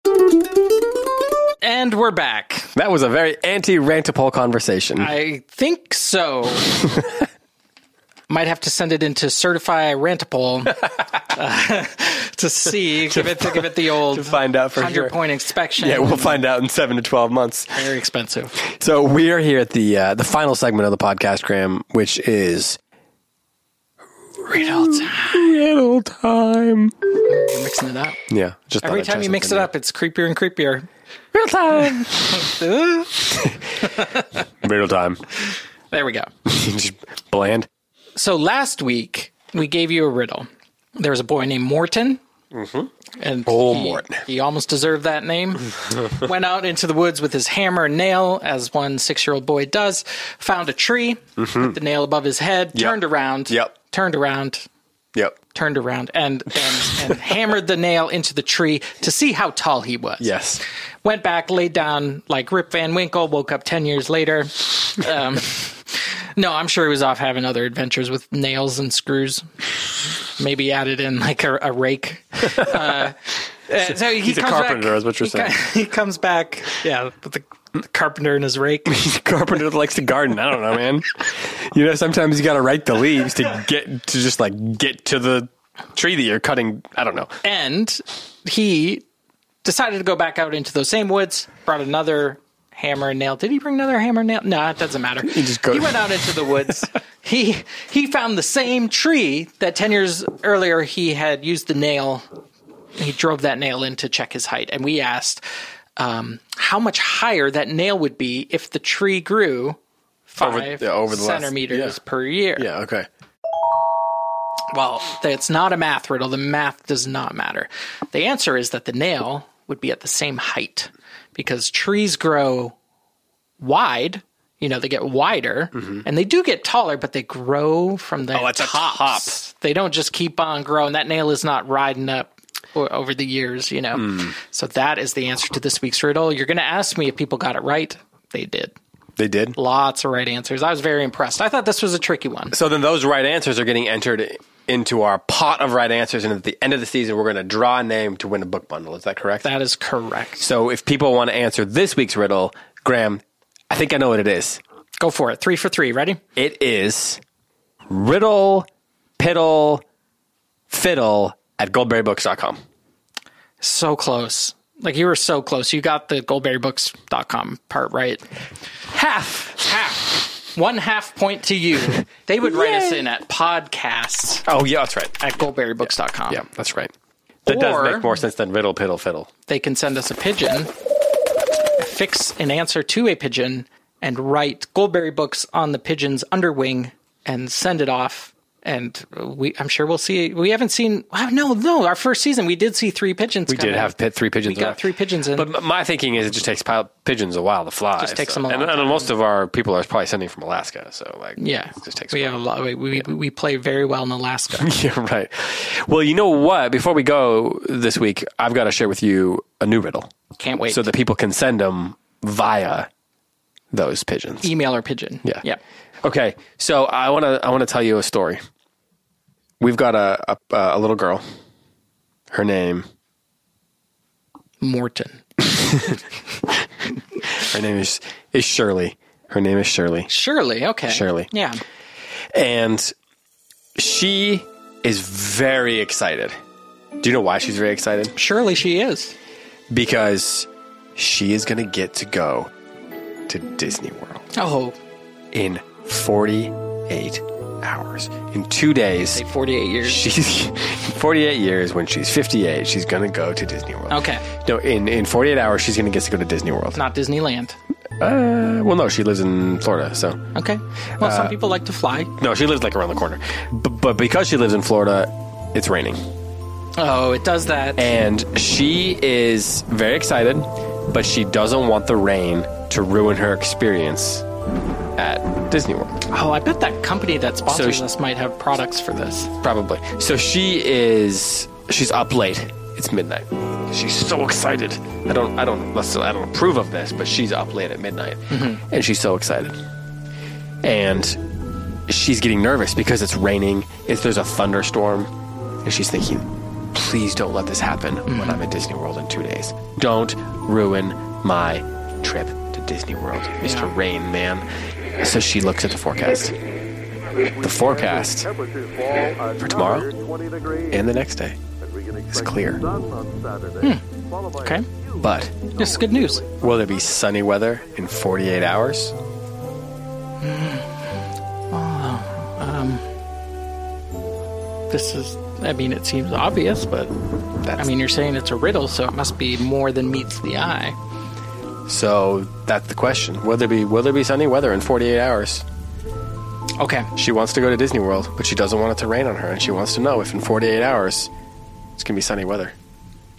Speaker 2: And we're back.
Speaker 1: That was a very anti-rantipole conversation.
Speaker 2: I think so. Might have to send it into Certify Rantipole uh, to see, give it give it the old
Speaker 1: to find out for
Speaker 2: 100
Speaker 1: sure.
Speaker 2: point inspection.
Speaker 1: yeah, we'll find out in seven to twelve months.
Speaker 2: Very expensive.
Speaker 1: So we are here at the uh, the final segment of the podcast, Graham, which is riddle time. Riddle time.
Speaker 2: We're mixing it up.
Speaker 1: Yeah, just thought
Speaker 2: Every
Speaker 1: I'd
Speaker 2: time
Speaker 1: try
Speaker 2: you mix it
Speaker 1: something
Speaker 2: up, it's creepier and creepier.
Speaker 1: new. riddle time.
Speaker 2: Ugh.
Speaker 1: riddle time.
Speaker 2: there we go.
Speaker 1: just bland.
Speaker 2: So last week we gave you a riddle. There was a boy named Morton. And
Speaker 1: Oh,
Speaker 2: he,
Speaker 1: Morton.
Speaker 2: He almost deserved that name. Went out into the woods with his hammer and nail, as one six year old boy does. Found a tree, put the nail above his head, turned around,
Speaker 1: Mm-hmm. Yep.
Speaker 2: turned around,
Speaker 1: Yep.
Speaker 2: turned around, and, and, and hammered the nail into the tree to see how tall he was
Speaker 1: Yes.
Speaker 2: went back, laid down like Rip Van Winkle, woke up 10 years later. Um, no, I'm sure he was off having other adventures with nails and screws. Maybe added in like a, a rake. Uh, uh, so he
Speaker 1: a
Speaker 2: comes
Speaker 1: carpenter,
Speaker 2: back,
Speaker 1: is what you're
Speaker 2: he co-
Speaker 1: saying.
Speaker 2: He comes back, yeah, with the, the carpenter and his rake.
Speaker 1: Carpenter likes to garden. I don't know, man. You know, sometimes you got to rake the leaves to get to just like get to the tree that you're cutting. I don't know.
Speaker 2: and he decided to go back out into those same woods. Brought another hammer and nail. Did he bring another hammer and nail? No, it doesn't matter. He
Speaker 1: just go-
Speaker 2: He went out into the woods. he he found the same tree that ten years earlier he had used the nail. He drove that nail in to check his height, and we asked um, how much higher that nail would be if the tree grew
Speaker 1: Over-
Speaker 2: five
Speaker 1: yeah, over the last-
Speaker 2: centimeters
Speaker 1: yeah.
Speaker 2: per year.
Speaker 1: Yeah. Okay.
Speaker 2: Well, it's not a math riddle. The math does not matter. The answer is that the nail would be at the same height because trees grow wide. You know, they get wider and they do get taller, but they grow from the
Speaker 1: it's a
Speaker 2: tops. They don't just keep on growing. That nail is not riding up o- over the years, you know. So that is the answer to this week's riddle. You're going to ask me if people got it right. They did.
Speaker 1: They did.
Speaker 2: Lots of right answers. I was very impressed. I thought this was a tricky one.
Speaker 1: So then those right answers are getting entered into our pot of right answers. And at the end of the season, we're going to draw a name to win a book bundle. Is that correct?
Speaker 2: That is correct.
Speaker 1: so if people want to answer this week's riddle, Graham, I think I know what it is.
Speaker 2: Go for it. Three for three. Ready?
Speaker 1: It is riddle, piddle, fiddle at goldberrybooks.com.
Speaker 2: So close. Like you were so close. You got the goldberrybooks.com part right. Half. Half. One half point to you. They would write us in at podcast
Speaker 1: Oh, yeah, that's right.
Speaker 2: at goldberrybooks.com.
Speaker 1: Yeah, that's right. That does
Speaker 2: Or-
Speaker 1: make more sense than riddle, piddle, fiddle.
Speaker 2: They can send us a pigeon, fix an answer to a pigeon, and write Goldberry Books on the pigeon's underwing and send it off. And we, I'm sure we'll see. We haven't seen. Wow, no, no. Our first season, we did see three pigeons.
Speaker 1: We did have pit, three pigeons.
Speaker 2: We got three pigeons in.
Speaker 1: But m- my thinking is it just takes pile, pigeons a while to fly.
Speaker 2: Just takes
Speaker 1: so-
Speaker 2: them a
Speaker 1: and,
Speaker 2: long
Speaker 1: and most of our people are probably sending from Alaska. So, like,
Speaker 2: Yeah,
Speaker 1: it just takes
Speaker 2: we
Speaker 1: a
Speaker 2: have
Speaker 1: while.
Speaker 2: a lot. We we, we play very well in Alaska.
Speaker 1: Yeah, right. Well, you know what? Before we go this week, I've got to share with you a new riddle
Speaker 2: Can't wait.
Speaker 1: so that people can send them via those pigeons.
Speaker 2: email or pigeon.
Speaker 1: Yeah.
Speaker 2: yeah.
Speaker 1: Okay, so I want to I want to tell you a story. We've got a, a a little girl. Her name
Speaker 2: Morton.
Speaker 1: her name is is Shirley. Her name is Shirley.
Speaker 2: Surely, okay.
Speaker 1: Shirley.
Speaker 2: Yeah.
Speaker 1: and she is very excited. Do you know why she's very excited?
Speaker 2: Surely she is.
Speaker 1: Because she is going to get to go to Disney World
Speaker 2: Oh,
Speaker 1: in 48 hours. In two days,
Speaker 2: say 48 years.
Speaker 1: she's in 48 years. When she's 58, she's going to go to Disney World.
Speaker 2: Okay.
Speaker 1: No, in, in 48 hours, she's going to get to go to Disney World.
Speaker 2: Not Disneyland.
Speaker 1: Uh, well, no, she lives in Florida, so
Speaker 2: Okay. Well,
Speaker 1: Uh,
Speaker 2: some people like to fly.
Speaker 1: no, she lives like around the corner. B- but because she lives in Florida, it's raining.
Speaker 2: Oh, it does that.
Speaker 1: and she is very excited, but she doesn't want the rain to ruin her experience at Disney World.
Speaker 2: Oh, I bet that company that sponsors
Speaker 1: So sh-
Speaker 2: us might have products for this.
Speaker 1: Probably. So she is she's up late. It's midnight. She's so excited. I don't I don't listen, I don't approve of this, but she's up late at midnight. And she's so excited. And she's getting nervous because it's raining, if there's a thunderstorm, and she's thinking, please don't let this happen when I'm at Disney World in two days. Don't ruin my trip to Disney World, Mr. Rain Man. So she looks at the forecast. The forecast
Speaker 5: for
Speaker 1: tomorrow and the next day is clear.
Speaker 2: Okay.
Speaker 1: But
Speaker 2: This is good news.
Speaker 1: will there be sunny weather in 48 hours?
Speaker 2: This is, I mean, it seems obvious, but
Speaker 1: That's,
Speaker 2: I mean, you're saying it's a riddle, so it must be more than meets the eye.
Speaker 1: so that's the question. Will there be will there be sunny weather in 48 hours?
Speaker 2: Okay.
Speaker 1: She wants to go to Disney World, but she doesn't want it to rain on her, and she wants to know if in 48 hours it's gonna be sunny weather.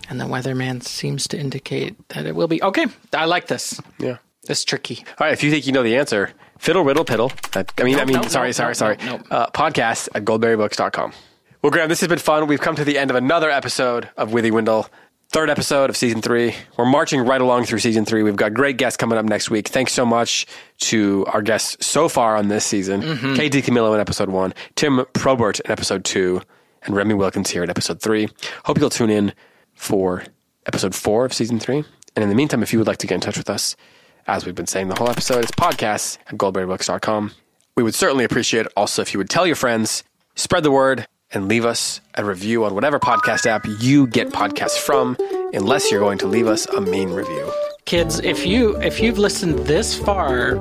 Speaker 2: And the weatherman seems to indicate that it will be. Okay. I like this.
Speaker 1: Yeah.
Speaker 2: This is tricky.
Speaker 1: All right. If you think you know the answer, fiddle riddle piddle. I, I mean, I mean,
Speaker 2: no,
Speaker 1: sorry,
Speaker 2: no,
Speaker 1: sorry,
Speaker 2: no,
Speaker 1: sorry.
Speaker 2: no, no.
Speaker 1: Uh, podcast at goldberrybooks.com. Well, Graham, this has been fun. We've come to the end of another episode of Withy Windle, third episode of season three. We're marching right along through season three. We've got great guests coming up next week. Thanks so much to our guests so far on this season KD Camillo in episode one, Tim Probert in episode two, and Remy Wilkins here in episode three. Hope you'll tune in for episode four of season three. And in the meantime, if you would like to get in touch with us, as we've been saying the whole episode, it's podcasts at goldberrybooks.com. We would certainly appreciate it also if you would tell your friends, spread the word, and leave us a review on whatever podcast app you get podcasts from, unless you're going to leave us a mean review.
Speaker 2: Kids, if you if you've listened this far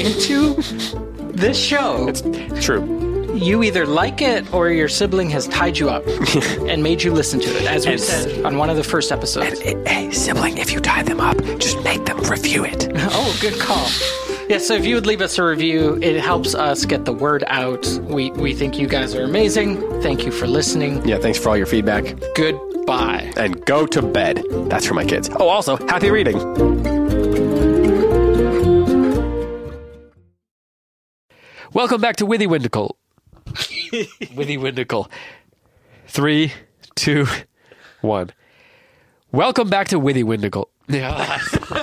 Speaker 2: into this show,
Speaker 1: True.
Speaker 2: you either like it or your sibling has tied you up and made you listen to it, as we said on one of the first episodes.
Speaker 1: Hey, sibling, if you tie them up, just make them review it.
Speaker 2: Oh, good call. Yeah, so if you would leave us a review, it helps us get the word out. We we think you guys are amazing. Thank you for listening.
Speaker 1: Yeah, thanks for all your feedback.
Speaker 2: Goodbye.
Speaker 1: And go to bed. That's for my kids. Oh, also, happy reading. Welcome back to Withy Windicle. Withy Windicle. Three, two, one. Welcome back to Withy Windicle. Yeah.